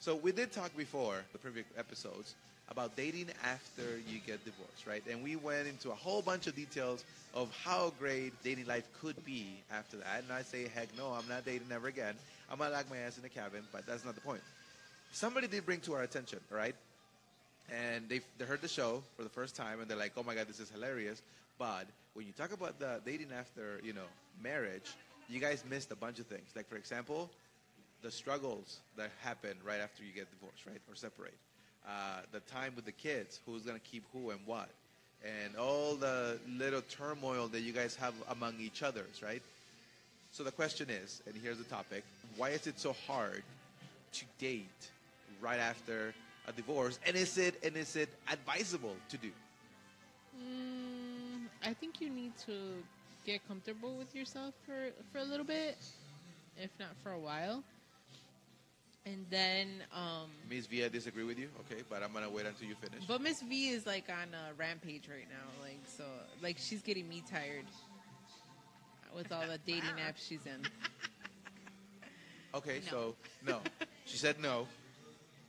So we did talk before the previous episodes about dating after you get divorced, right? And we went into a whole bunch of details of how great dating life could be after that. And I say, heck no, I'm not dating ever again. I'm gonna lock my ass in the cabin, but that's not the point. Somebody did bring to our attention, right? and they, they heard the show for the first time and they're like oh my god this is hilarious but when you talk about the dating after you know marriage you guys missed a bunch of things like for example the struggles that happen right after you get divorced right or separate uh, the time with the kids who's going to keep who and what and all the little turmoil that you guys have among each others right so the question is, and here's the topic: Why is it so hard to date right after a divorce? And is it and is it advisable to do?
Mm, I think you need to get comfortable with yourself for for a little bit, if not for a while, and then. Um,
Ms. Via disagree with you, okay? But I'm gonna wait until you finish.
But Miss V is like on a rampage right now. Like so, like she's getting me tired with all the
(laughs)
dating apps she's in.
Okay,
No.
so
(laughs)
no, she said no.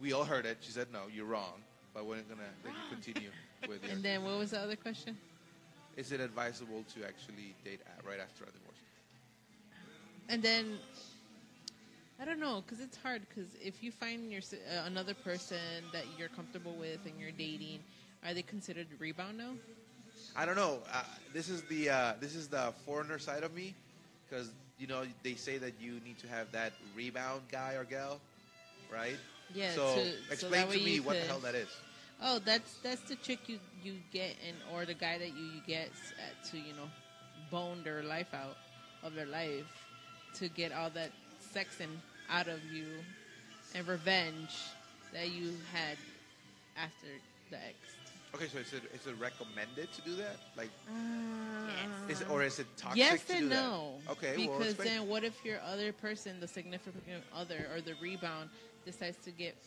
We all heard it. She said no. You're wrong. But we're gonna let you
(laughs)
continue with your.
And then what was the other question?
is it advisable to actually date at, right after a divorce?
And then I don't know because it's hard because if you find your uh, another person that you're comfortable with and you're dating, are they considered rebound now?
I don't know. Uh, this is the uh, this is the foreigner side of me, because you know they say that you need to have that rebound guy or gal, right?
Yeah,
So
to- so
explain
that
to
way
me
you
what the
could-
hell that is.
Oh, that's that's the chick you you get and or the guy that you you get s- uh, to you know bone their life out of their life to get all that sexing out of you and revenge that you had after the ex.
Okay, so is it is it recommended to do that? Like,
Yes.
is it, or is it toxic?
Um, yes
to do
and
that?
no.
Okay, well,
because
explain.
then what if your other person, the significant other or the rebound, decides to get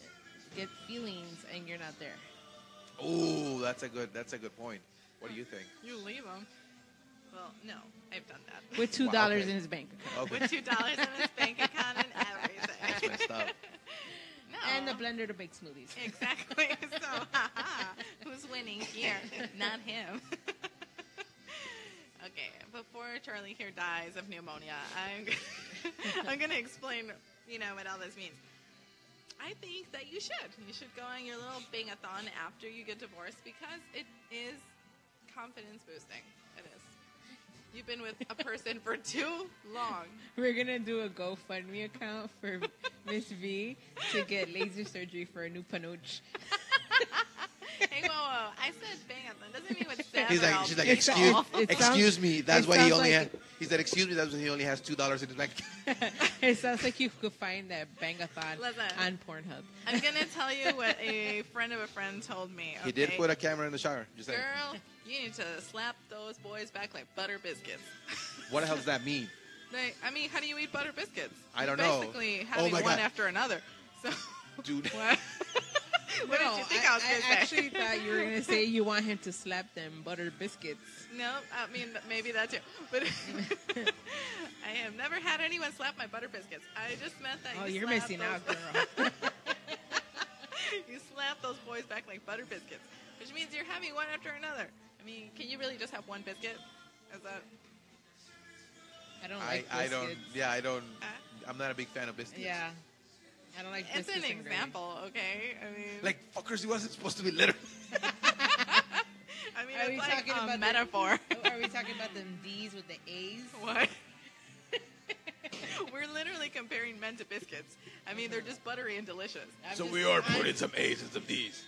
get feelings and you're not there?
Oh, that's a good that's a good point. What do you think?
You leave them. Well, no, I've done that.
With two
Wow,
dollars
okay.
in his bank account.
(laughs) Okay,
With two dollars in his bank account and
that's
everything.
messed
(laughs)
up.
(laughs) No.
And the blender to make smoothies.
Exactly. (laughs) So, haha, who's winning here? Not him. (laughs) okay, before Charlie here dies of pneumonia, I'm g- (laughs) I'm gonna explain, you know, what all this means. I think that you should. You should go on your little bingathon after you get divorced because it is confidence boosting. It is. You've been with a person for too long.
(laughs)
We're gonna do a GoFundMe account for Miss V to get laser surgery for a new panuch.
Hey, whoa, whoa! I said bingathon. Doesn't mean with several.
He's like, she's like,
It's
excuse,
awful. It sounds-
excuse me. That's
it
why he
sounds
only.
like-
ha- he said, excuse me. That's why he only has two dollars in his bank. account."
(laughs)
(laughs)
it sounds like you could find that bangathon
Listen.
on Pornhub.
I'm gonna tell you what a friend of a friend told me.
He did
okay?
put a camera in the shower. Just saying.
girl. You need to slap those boys back like butter biscuits.
What the hell does that mean?
They, I mean, how do you eat butter biscuits?
I don't know.
Basically,
Oh
having
my
one
God.
after another. So
Dude.
(laughs) what? (laughs) What
no,
did you think
I,
I, was
I
going to say? (laughs)
actually thought you were
(laughs)
gonna say you want him to slap them butter biscuits.
no, I mean th- maybe that too. But (laughs) I have never had anyone slap my butter biscuits. I just meant that.
Oh,
you
you're
slap
missing
those-
out, girl.
(laughs) you slap those boys back like butter biscuits, which means you're having one after another. I mean, can you really just have one biscuit? Is that
I don't
I,
like
I don't.
biscuits.
Yeah, I don't.
Huh?
I'm not a big fan of biscuits.
Yeah, I don't like
it's
biscuits.
an
and gravy.
example, okay? I mean,
Like fuckers, you wasn't supposed to be literally.
I mean,
Are we
it's like
talking
a
about the- (laughs)
metaphor. (laughs)
Oh, are we talking about them D's with the A's?
What? We're literally comparing men to biscuits. I mean, they're just buttery and delicious.
I'm
so
just-
we are
I'm-
putting some A's and some D's.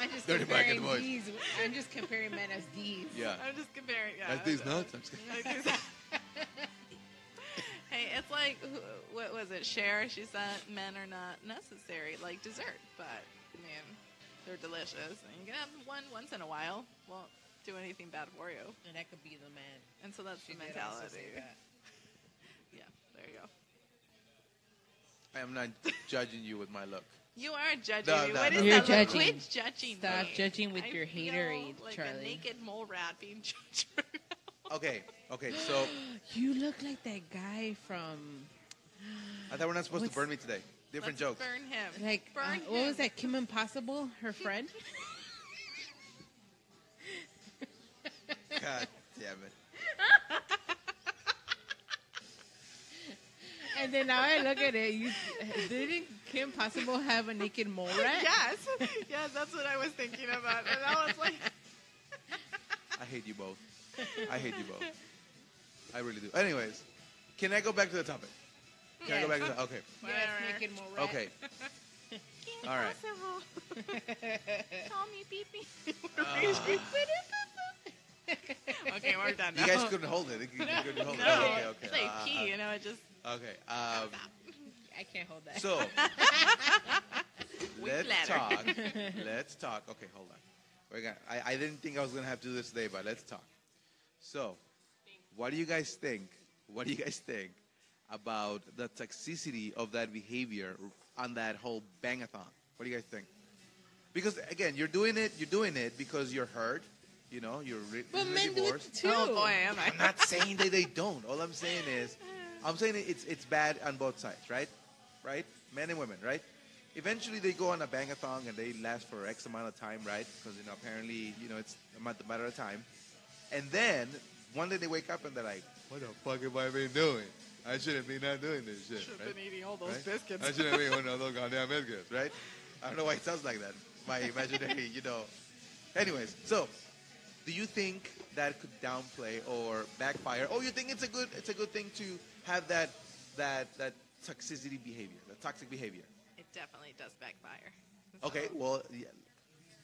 I'm just
(laughs) Dirty black and
comparing
white.
D's. I'm just comparing men as D's. (laughs)
Yeah.
I'm just comparing. Yeah,
Like these
(laughs)
nuts. I'm just kidding.
Like these- hey, it's like wh- what was it? Cher. She said men are not necessary, like dessert. But I mean, they're delicious, and you can have one once in a while. Won't do anything bad for you.
And that could be the man.
And so that's
She
the
did also
mentality.
say that.
Yeah, there you go.
I am not judging you with my look.
You are judging
No,
me.
no,
What
no.
is
You're
that? Like,
judging.
Quit judging
Stop
me.
judging with
I
your
feel
haterade,
like a
Charlie.
naked mole rat being (laughs) judged.
Okay. Okay. So
You look like that guy from
I thought we're not supposed
What's-
to burn me today. Different
Let's
jokes.
Burn him.
like uh,
burn
what
him. (laughs)
was that Kim Impossible, her friend?
God damn it.
and then now I look at it, you didn't Kim Possible have a naked mole rat?
Yes, (laughs) yes, that's what I was thinking about, and I was like,
I hate you both. I hate you both. I really do. Anyways, can I go back to the topic? Can I go back to the Okay.
Yes,
Whatever.
naked mole rat.
(laughs)
Okay. All right.
Call me
uh,
okay, we're done.
You guys couldn't hold it. You couldn't hold it.
No,
okay, okay.
it's like
Uh,
pee, you know. It just
Okay. Um,
(laughs) I can't hold that.
so (laughs) let's
bladder.
talk. Let's talk. Okay, hold on. We're gonna, I, I didn't think I was gonna have to do this today, but let's talk. So, what do you guys think? What do you guys think about the toxicity of that behavior on that whole bangathon? What do you guys think? Because again, you're doing it. You're doing it because you're hurt. You know, you're re-
but
really
men do it
divorced.
too.
oh boy, am I?
I'm
(laughs)
not saying that they don't. All I'm saying is, I'm saying it's it's bad on both sides, right? Right? Men and women, right? Eventually, they go on a bangathon and they last for X amount of time, right? Because you know, apparently, you know, it's a mat- matter of time. And then one day they wake up and they're like, "What the fuck have I been doing? I shouldn't be not doing this shit."
Should've
right?
been eating all those
Right?
biscuits.
I shouldn't be eating all those goddamn biscuits, right? I don't know why it sounds like that. My imaginary, you know. Anyways, so do you think that could downplay or backfire? Or you think it's a good it's a good thing to have that that that toxicity behavior, that toxic behavior?
It definitely does backfire.
Okay,
So,
well, yeah,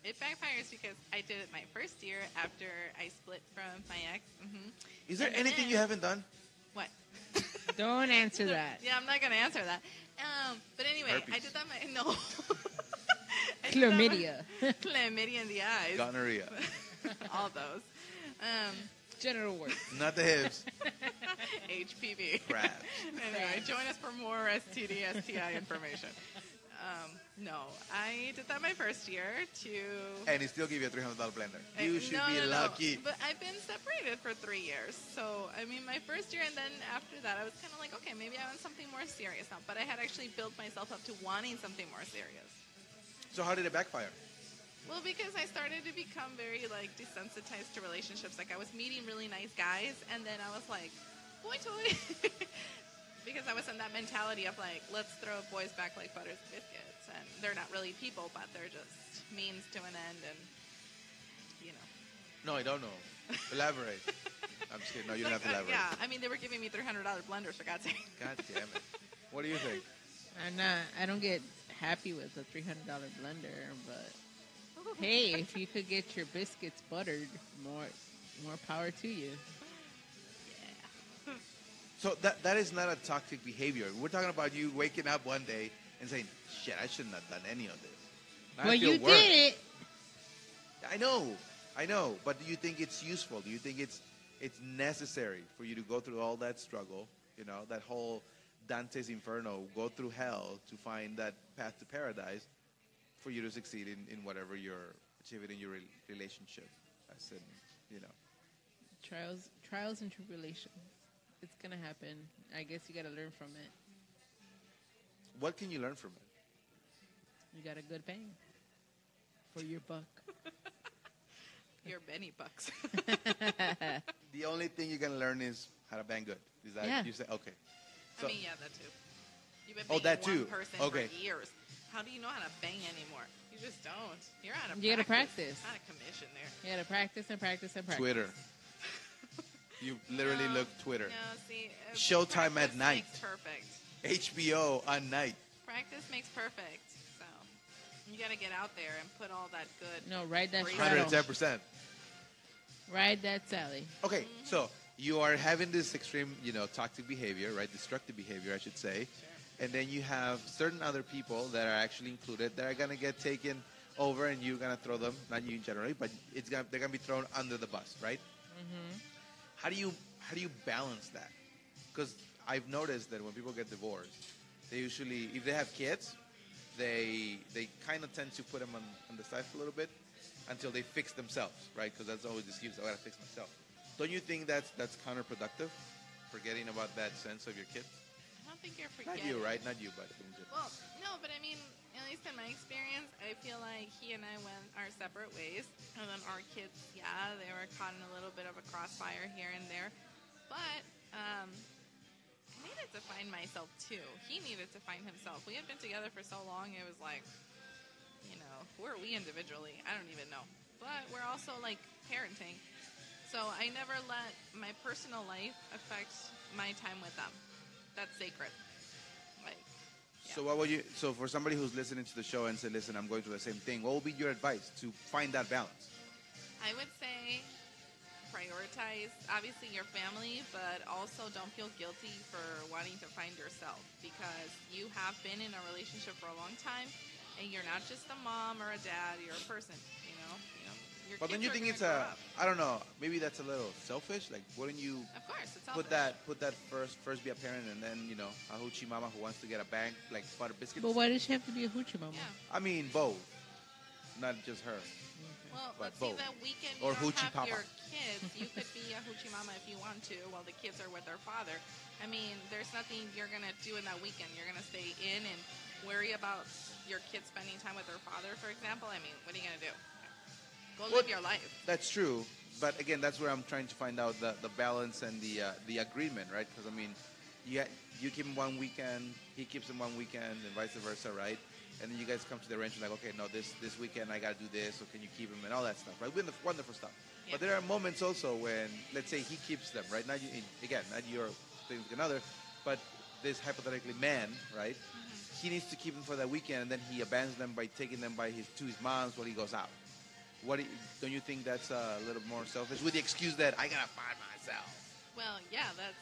It backfires because I did it my first year after I split from my ex. hmm
is there
And
anything
then-
you haven't done?
What?
Don't answer that.
Yeah, I'm not gonna answer that. Um, but anyway, I
Herpes.
did that. My (laughs) no. I did that my- (laughs)
Chlamydia.
chlamydia in the eyes. (laughs)
Gonorrhea,
All those. Um, (laughs)
General words.
not the hips,
HPV.
crabs.
anyway, join us for more STD, STI information. Um, no, I did that my first year to.
And he still give you a three hundred dollar blender.
I-
You should
Eh, no,
be
no, no.
lucky.
But I've been separated for three years. So, I mean, my first year, and then after that, I was kind of like, okay, maybe I want something more serious now. But I had actually built myself up to wanting something more serious.
So how did it backfire?
Well, because I started to become very like desensitized to relationships. Like I was meeting really nice guys, and then I was like, boy toy, (laughs) because I was in that mentality of like, let's throw boys back like butter biscuits, and they're not really people, but they're just means to an end, and you know.
No, I don't know. Elaborate. I'm just kidding. No, Oh, you don't
Like,
have to
uh,
elaborate.
(laughs) yeah, I mean, they were giving me three hundred dollar blenders for God's sake.
God damn it. What do you think?
I'm not. I don't get happy with a three hundred dollar blender, but hey, if you could get your biscuits buttered, more more power to you.
So that that is not a toxic behavior. We're talking about you waking up one day and saying, "Shit, I shouldn't have done any of this." I
but
feel
you
worse.
did it.
I know, I know. But do you think it's useful? Do you think it's it's necessary for you to go through all that struggle? You know, that whole Dante's Inferno, go through hell to find that path to paradise. for you to succeed in, in whatever you're achieving in your re- relationship. As in, you know,
trials trials and tribulations. It's gonna happen. I guess you gotta learn from it.
what can you learn from it?
You got a good bang for your buck.
(laughs) Your Benny bucks.
The only thing you can learn is how to bang good. Is that
Yeah.
you say? Okay.
I mean, yeah, that too. You've been
Oh,
banging
that too.
one person
Okay.
for years. How do you know how to bang anymore? You just don't. You're out of
You gotta
practice.
practice.
Not a commission there.
You gotta practice and practice and practice.
(laughs)
Twitter. you literally
No,
look Twitter.
No, see, uh,
Showtime at
practice
night.
Makes perfect.
HBO on night.
Practice makes perfect. So you gotta get out there and put all that good.
No, ride that
Great.
straddle.
110%.
Ride that Sally.
Okay,
Mm-hmm.
so you are having this extreme, you know, toxic behavior, right? Destructive behavior, I should say. And then you have certain other people that are actually included that are going to get taken over and you're going to throw them, not you generally, but it's gonna, they're going to be thrown under the bus, right? How do you how do you balance that? Because I've noticed that when people get divorced, they usually if they have kids, they they kind of tend to put them on, on the side for a little bit until they fix themselves, right? Because that's always the excuse. I gotta fix myself. Don't you think that's that's counterproductive? Forgetting about that sense of your kids.
I don't think you're
Not
forgetting.
you, right? Not you, but in general.
Well, no, but I mean, at least in my experience, I feel like he and I went our separate ways. And then our kids, yeah, they were caught in a little bit of a crossfire here and there. But um, I needed to find myself too. He needed to find himself. We had been together for so long, it was like, you know, who are we individually? I don't even know. But we're also like parenting. So I never let my personal life affect my time with them. That's sacred. Like, yeah.
So what would you? So for somebody who's listening to the show and said, "Listen, I'm going through the same thing," what would be your advice to find that balance?
I would say prioritize obviously your family, but also don't feel guilty for wanting to find yourself because you have been in a relationship for a long time and you're not just a mom or a dad, you're a person, you know? You know? Your
But
kids
don't you
are
think
gonna
it's a?
grow up.
I don't know. Maybe that's a little selfish. Like, wouldn't you
Of course, it's all
put that put that first first be a parent and then you know a hoochie mama who wants to get a bag like butter biscuits?
But why does she have to be a hoochie mama?
Yeah.
I mean both, not just her.
Well,
But
let's see
both.
that weekend you
Or
don't
hoochie
have
papa. (laughs)
your kids. You could be a hoochie mama if you want to while the kids are with their father. I mean, there's nothing you're going to do in that weekend. You're going to stay in and worry about your kids spending time with their father, for example. I mean, what are you going to do? Go
What-
live your life.
That's true, but again, that's where I'm trying to find out the, the balance and the uh, the agreement, right? Because I mean, you ha- you keep him one weekend, he keeps him one weekend, and vice versa, right? And then you guys come to the range and like, okay, no, this this weekend I gotta do this, so can you keep him and all that stuff, right? Wonderful, wonderful stuff. But
Yeah.
there are moments also when, let's say, he keeps them, right? Not you, again, not your significant other, but this hypothetically man, right? He needs to keep them for that weekend, and then he abandons them by taking them by his to his mom's while he goes out. What do you, don't you think that's a little more selfish? With the excuse that I gotta find myself.
Well, yeah, that's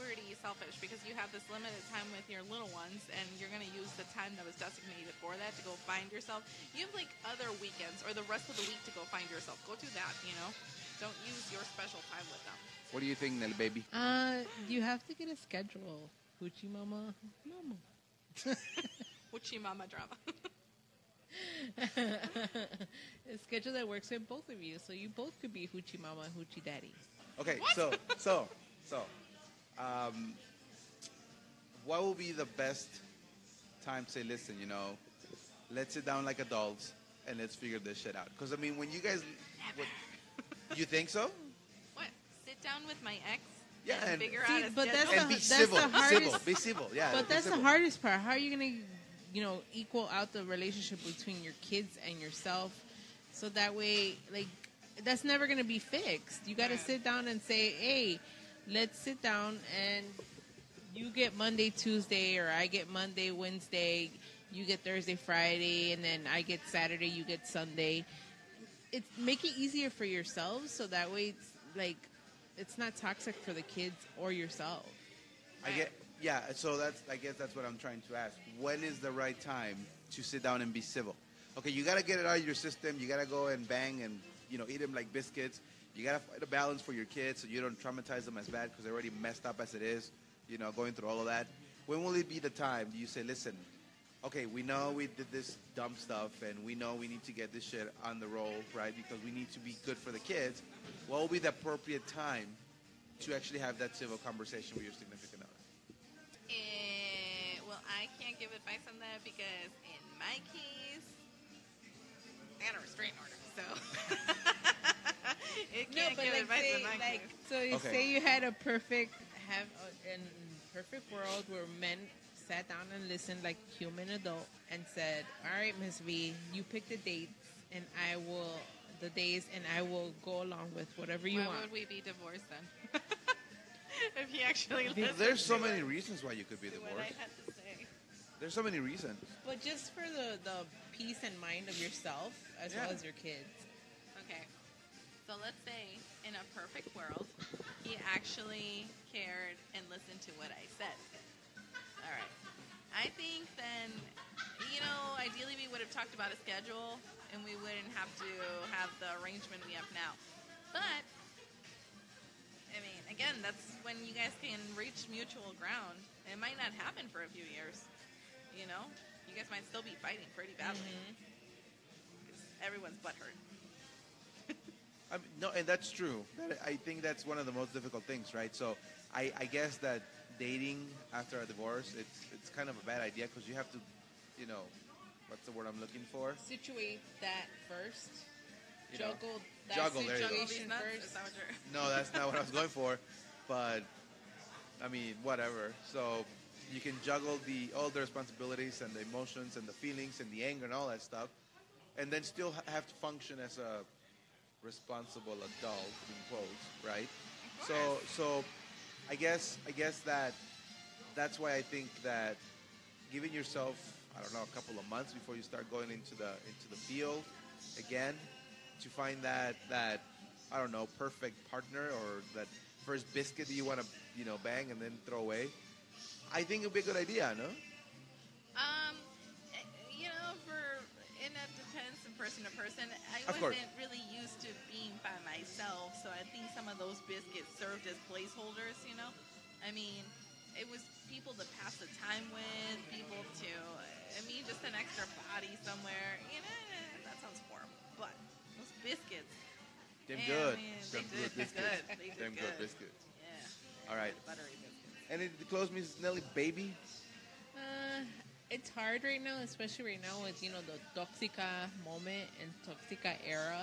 pretty selfish because you have this limited time with your little ones and you're going to use the time that was designated for that to go find yourself. You have like other weekends or the rest of the week to go find yourself. Go do that, you know? Don't use your special time with them.
What do you think, Nel baby?
Uh, you have to get a schedule, hoochie mama, mama.
Hoochie mama drama.
(laughs) a schedule that works with both of you, so you both could be hoochie mama and hoochie daddy.
Okay,
What?
so so so, um, what will be the best time to say, listen, you know, let's sit down like adults and let's figure this shit out? Because I mean, when you guys, what, you think so?
(laughs) what? Sit down with my ex
Yeah,
and,
and-
figure
See,
out a
but (laughs) that's
schedule?
And
the-
be
that's
civil,
the
civil,
hardest-
be civil, yeah.
But
be
that's the
civil.
hardest part. How are you gonna, you know, equal out the relationship between your kids and yourself? So that way, like, that's never gonna be fixed. You gotta
Yeah.
sit down and say, hey, let's sit down and you get Monday, Tuesday, or I get Monday, Wednesday. You get Thursday, Friday, and then I get Saturday. You get Sunday. It's make it easier for yourselves, so that way, it's like, it's not toxic for the kids or yourself.
I get, yeah. So that's, I guess that's what I'm trying to ask. When is the right time to sit down and be civil? Okay, you gotta get it out of your system. You gotta go and bang and you know eat them like biscuits. You gotta find a balance for your kids so you don't traumatize them as bad because they're already messed up as it is. You know, going through all of that. When will it be the time? Do you say, listen, okay, we know we did this dumb stuff and we know we need to get this shit on the roll, right? Because we need to be good for the kids. What will be the appropriate time to actually have that civil conversation with your significant other?
Eh, well, I can't give advice on that because in my case, I got a restraint order, so (laughs) it
No,
can't
but
give
like,
advice
say,
in my
like
case.
so you
Okay.
say you had a perfect have a, in perfect world where men sat down and listened like human adult and said, "All right, Miss V, you pick the dates and I will the days and I will go along with whatever you
Why
want."
would we be divorced then? (laughs) if he actually listened
There's so
to
many
what-
reasons why you could be
to what I
divorced.
had to say.
There's so many reasons.
But just for the the peace and mind of yourself as
Yeah.
well as your kids.
Okay. So let's say in a perfect world, he actually cared and listened to what I said. All right. I think then, you know, ideally we would have talked about a schedule and we wouldn't have to have the arrangement we have now. But, I mean, again, that's when you guys can reach mutual ground. It might not happen for a few years, you know? You guys might still be fighting pretty badly. 'Cause Everyone's butthurt.
I mean, no, and that's true. That, I think that's one of the most difficult things, right? So I, I guess that dating after a divorce, it's it's kind of a bad idea because you have to, you know, what's the word I'm looking for?
Situate that first.
You know.
juggle that
Juggle, there you go.
Juggle these
situation
nuts? Is
first.
that what you're-
No, that's not what I was going for. But I mean, whatever. So you can juggle the all the responsibilities and the emotions and the feelings and the anger and all that stuff, and then still ha- have to function as a responsible adult, in quotes, right?
Of
So, so I guess I guess that that's why I think that giving yourself I don't know a couple of months before you start going into the into the field again to find that that I don't know perfect partner or that first biscuit that you want to you know bang and then throw away. I think it'd be a good idea, no?
Um, eh, you know, for and that depends from person to person. I
Of course.
wasn't really used to being by myself, so I think some of those biscuits served as placeholders. You know, I mean, it was people to pass the time with, people to, I mean, just an extra body somewhere. You know, that sounds horrible, but those biscuits.
Damn
man,
good,
man,
damn
they
good
did
biscuits,
Good. They did
damn good
good.
biscuits.
Yeah.
All right,
Buttery biscuits. (laughs)
and it close me, Nelly, baby.
Uh, it's hard right now, especially right now with you know the toxica moment and toxica era.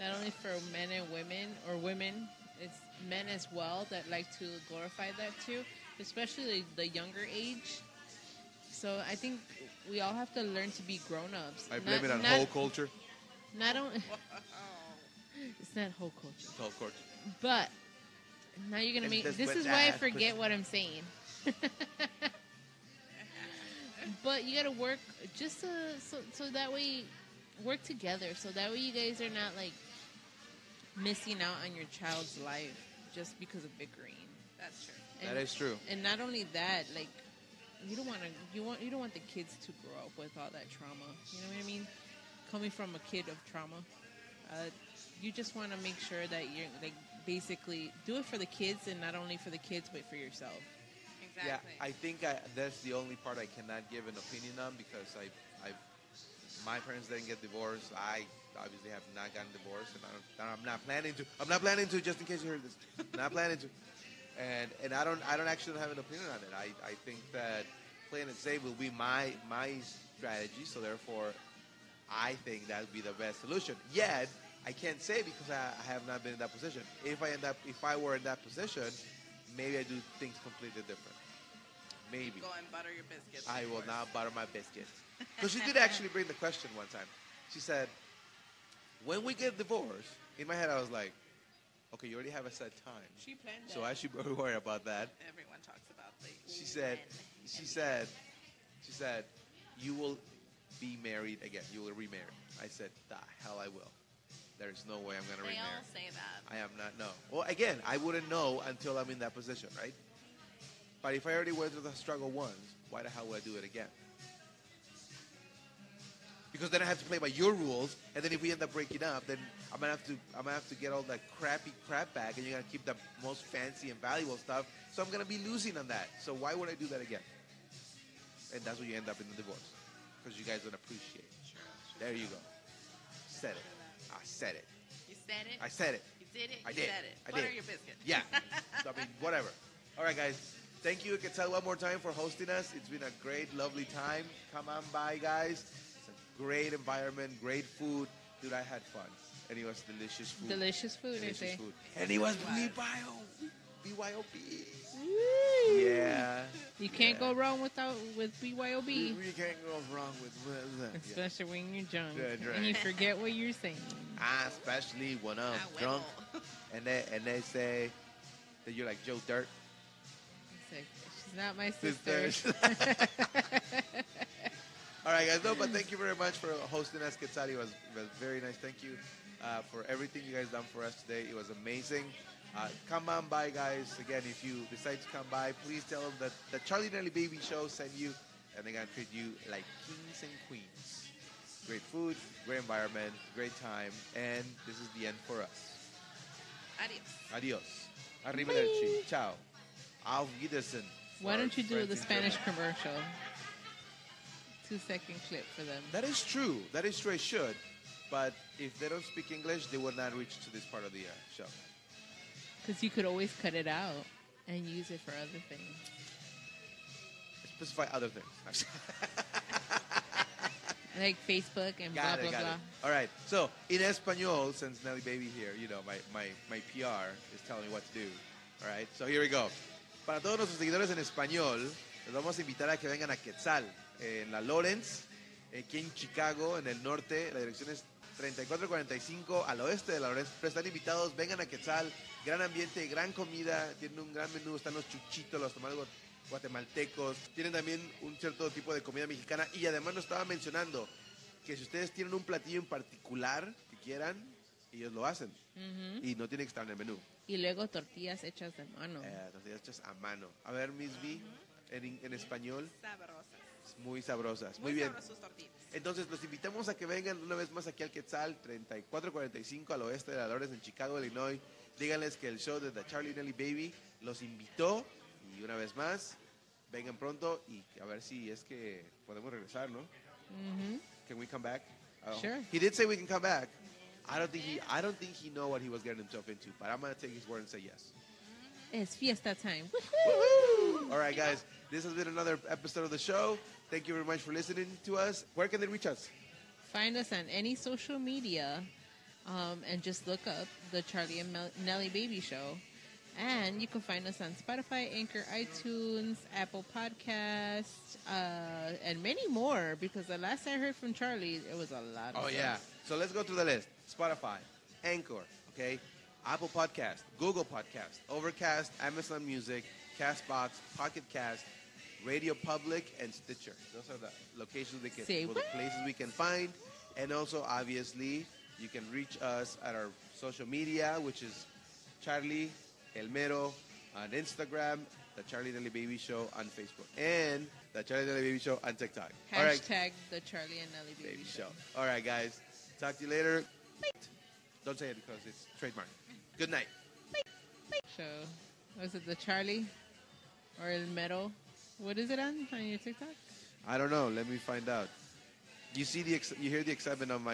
Not only for men and women, or women, it's men as well that like to glorify that too, especially the younger age. So I think we all have to learn to be grown-ups.
I blame
Not-
it on
not,
whole culture.
Not only (laughs)
Oh,
it's not whole culture,
Whole culture.
but now you're gonna
It's
make.
just
This
what
is why I
that-
forget what I'm saying.
(laughs)
but you gotta work just to, so so that way work together. So that way you guys are not like missing out on your child's life just because of bickering.
That's true.
That is true.
And not only that, like you don't want to you want you don't want the kids to grow up with all that trauma. You know what I mean? Coming from a kid of trauma, uh, you just want to make sure that you're like basically do it for the kids and not only for the kids but for yourself.
Yeah,
Exactly.
I think I, that's the only part I cannot give an opinion on because I, I, my parents didn't get divorced. I obviously have not gotten divorced, and I don't, I'm not planning to. I'm not planning to. Just in case you heard this, not planning to. And and I don't I don't actually have an opinion on it. I, I think that playing it safe will be my my strategy. So therefore, I think that would be the best solution. Yet, I can't say because I, I have not been in that position. If I end up, if I were in that position, maybe I do things completely different. Maybe
Go and butter your biscuits.
I will
before.
not butter my biscuits. Because she did actually bring the question one time. She said, "When we get divorced," in my head I was like, "Okay, you already have a set time,
She planned
so (laughs) I should be worried about that."
Everyone talks about the.
She said, she said, she said, you will be married again. You will remarry. I said, the hell I will. There is no way I'm going to
They
remarry.
all say that.
I am not, no. Well, again, I wouldn't know until I'm in that position, right? But if I already went through the struggle once, why the hell would I do it again? Because then I have to play by your rules, and then if we end up breaking up, then I'm gonna have to I'm gonna have to get all that crappy crap back, and you're gonna keep the most fancy and valuable stuff. So I'm gonna be losing on that. So why would I do that again? And that's where you end up in the divorce. because you guys don't appreciate it. There you go. Said it. I said it.
You said it.
I said it.
you did it.
I
you
did.
said it.
I
Butter
did.
your biscuit.
Yeah. So, I mean, whatever. All right, guys. Thank you, Quetzal, one more time for hosting us. It's been a great, lovely time. Come on by, guys. It's a great environment, great food. Dude, I had fun. And it was delicious food.
Delicious food, eh?
Delicious
I say.
food. And it was BYO. BYOB. Yeah.
You can't
Yeah.
go wrong without with BYOB,
We can't go wrong with with that. Yeah.
especially when you're drunk
Yeah, drunk.
and you forget what you're saying.
I Ah, especially when
Ah,
I'm
I will.
drunk and they and they say that you're like Joe Dirt.
It's like, she's not my sister.
Sister.
(laughs)
All right, guys. No, but thank you very much for hosting us, Quetzal. It was, it was very nice. Thank you uh, for everything you guys done for us today. It was amazing. Uh, come on by, guys. Again, if you decide to come by, please tell them that the Charlie Nelly Baby Show sent you, and they're going to treat you like kings and queens. Great food, great environment, great time, and this is the end for us.
(laughs) Adios.
Adios. Arrivederci. Ciao. Auf Wiedersehen.
Why don't you do
Friends
the
in German.
Spanish commercial? Two second clip for them.
That is true. That is true. I should. But if they don't speak English, they will not reach to this part of the uh, show.
Because you could always cut it out and use it for other things.
Specify other things.
Like Facebook and
got
blah,
it,
blah,
got
blah.
it. All right. So, in Espanol, since Nelly Baby here, you know, my, my, my PR is telling me what to do. All right. So, here we go. Para todos nuestros seguidores en español, les vamos a invitar a que vengan a Quetzal, eh, en la Lawrence, aquí en Chicago, en el norte. La dirección es 3445 al oeste de la Lawrence. Pero están invitados, vengan a Quetzal. Gran ambiente, gran comida. Tienen un gran menú. Están los chuchitos, los tamales guat- guatemaltecos. Tienen también un cierto tipo de comida mexicana. Y además nos estaba mencionando que si ustedes tienen un platillo en particular que quieran, ellos lo hacen. Y no tiene que estar en el menú.
Y luego tortillas hechas de mano.
Eh, tortillas hechas a mano. A ver, Miss B, en, in- en español,
Sabrosas.
es muy sabrosas. Muy,
Muy,
bien.
sabrosas sus tortillas.
Entonces, los invitamos a que vengan una vez más aquí al Quetzal, 3445 al oeste de la Lores en Chicago, Illinois. Díganles que el show de The Charlie Nelly Baby los invitó. Y una vez más, vengan pronto y a ver si es que podemos regresar, ¿no? Can we come back? Oh.
Sure.
He did say we can come back. I don't think he. I don't think he know what he was getting himself into. But I'm gonna take his word and say yes.
It's fiesta time.
All right, guys. This has been another episode of the show. Thank you very much for listening to us. Where can they reach us?
Find us on any social media um, and just look up the Charlie and Mel- Nelly Baby Show. And you can find us on Spotify, Anchor, iTunes, Apple Podcasts, uh, and many more because the last I heard from Charlie, it was a lot of
Oh yeah. So let's go through the list. Spotify, Anchor, okay, Apple Podcast, Google Podcast, Overcast, Amazon Music, Castbox, Pocket Cast, Radio Public, and Stitcher. Those are the locations we can,
Say
well, the
what?
places we can find, and also obviously you can reach us at our social media, which is Charlie Elmero on Instagram, the Charlie Daily Baby Show on Facebook, and the Charlie Daily Baby Show on TikTok.
Hashtag
All right,
the Charlie and Nelly Baby,
baby show. All right, guys. Talk to you later. Don't say it because it's trademark. Good night.
show. Was it the Charlie or El Metal? What is it on on your TikTok?
I don't know. Let me find out. You see the ex- you hear the excitement on my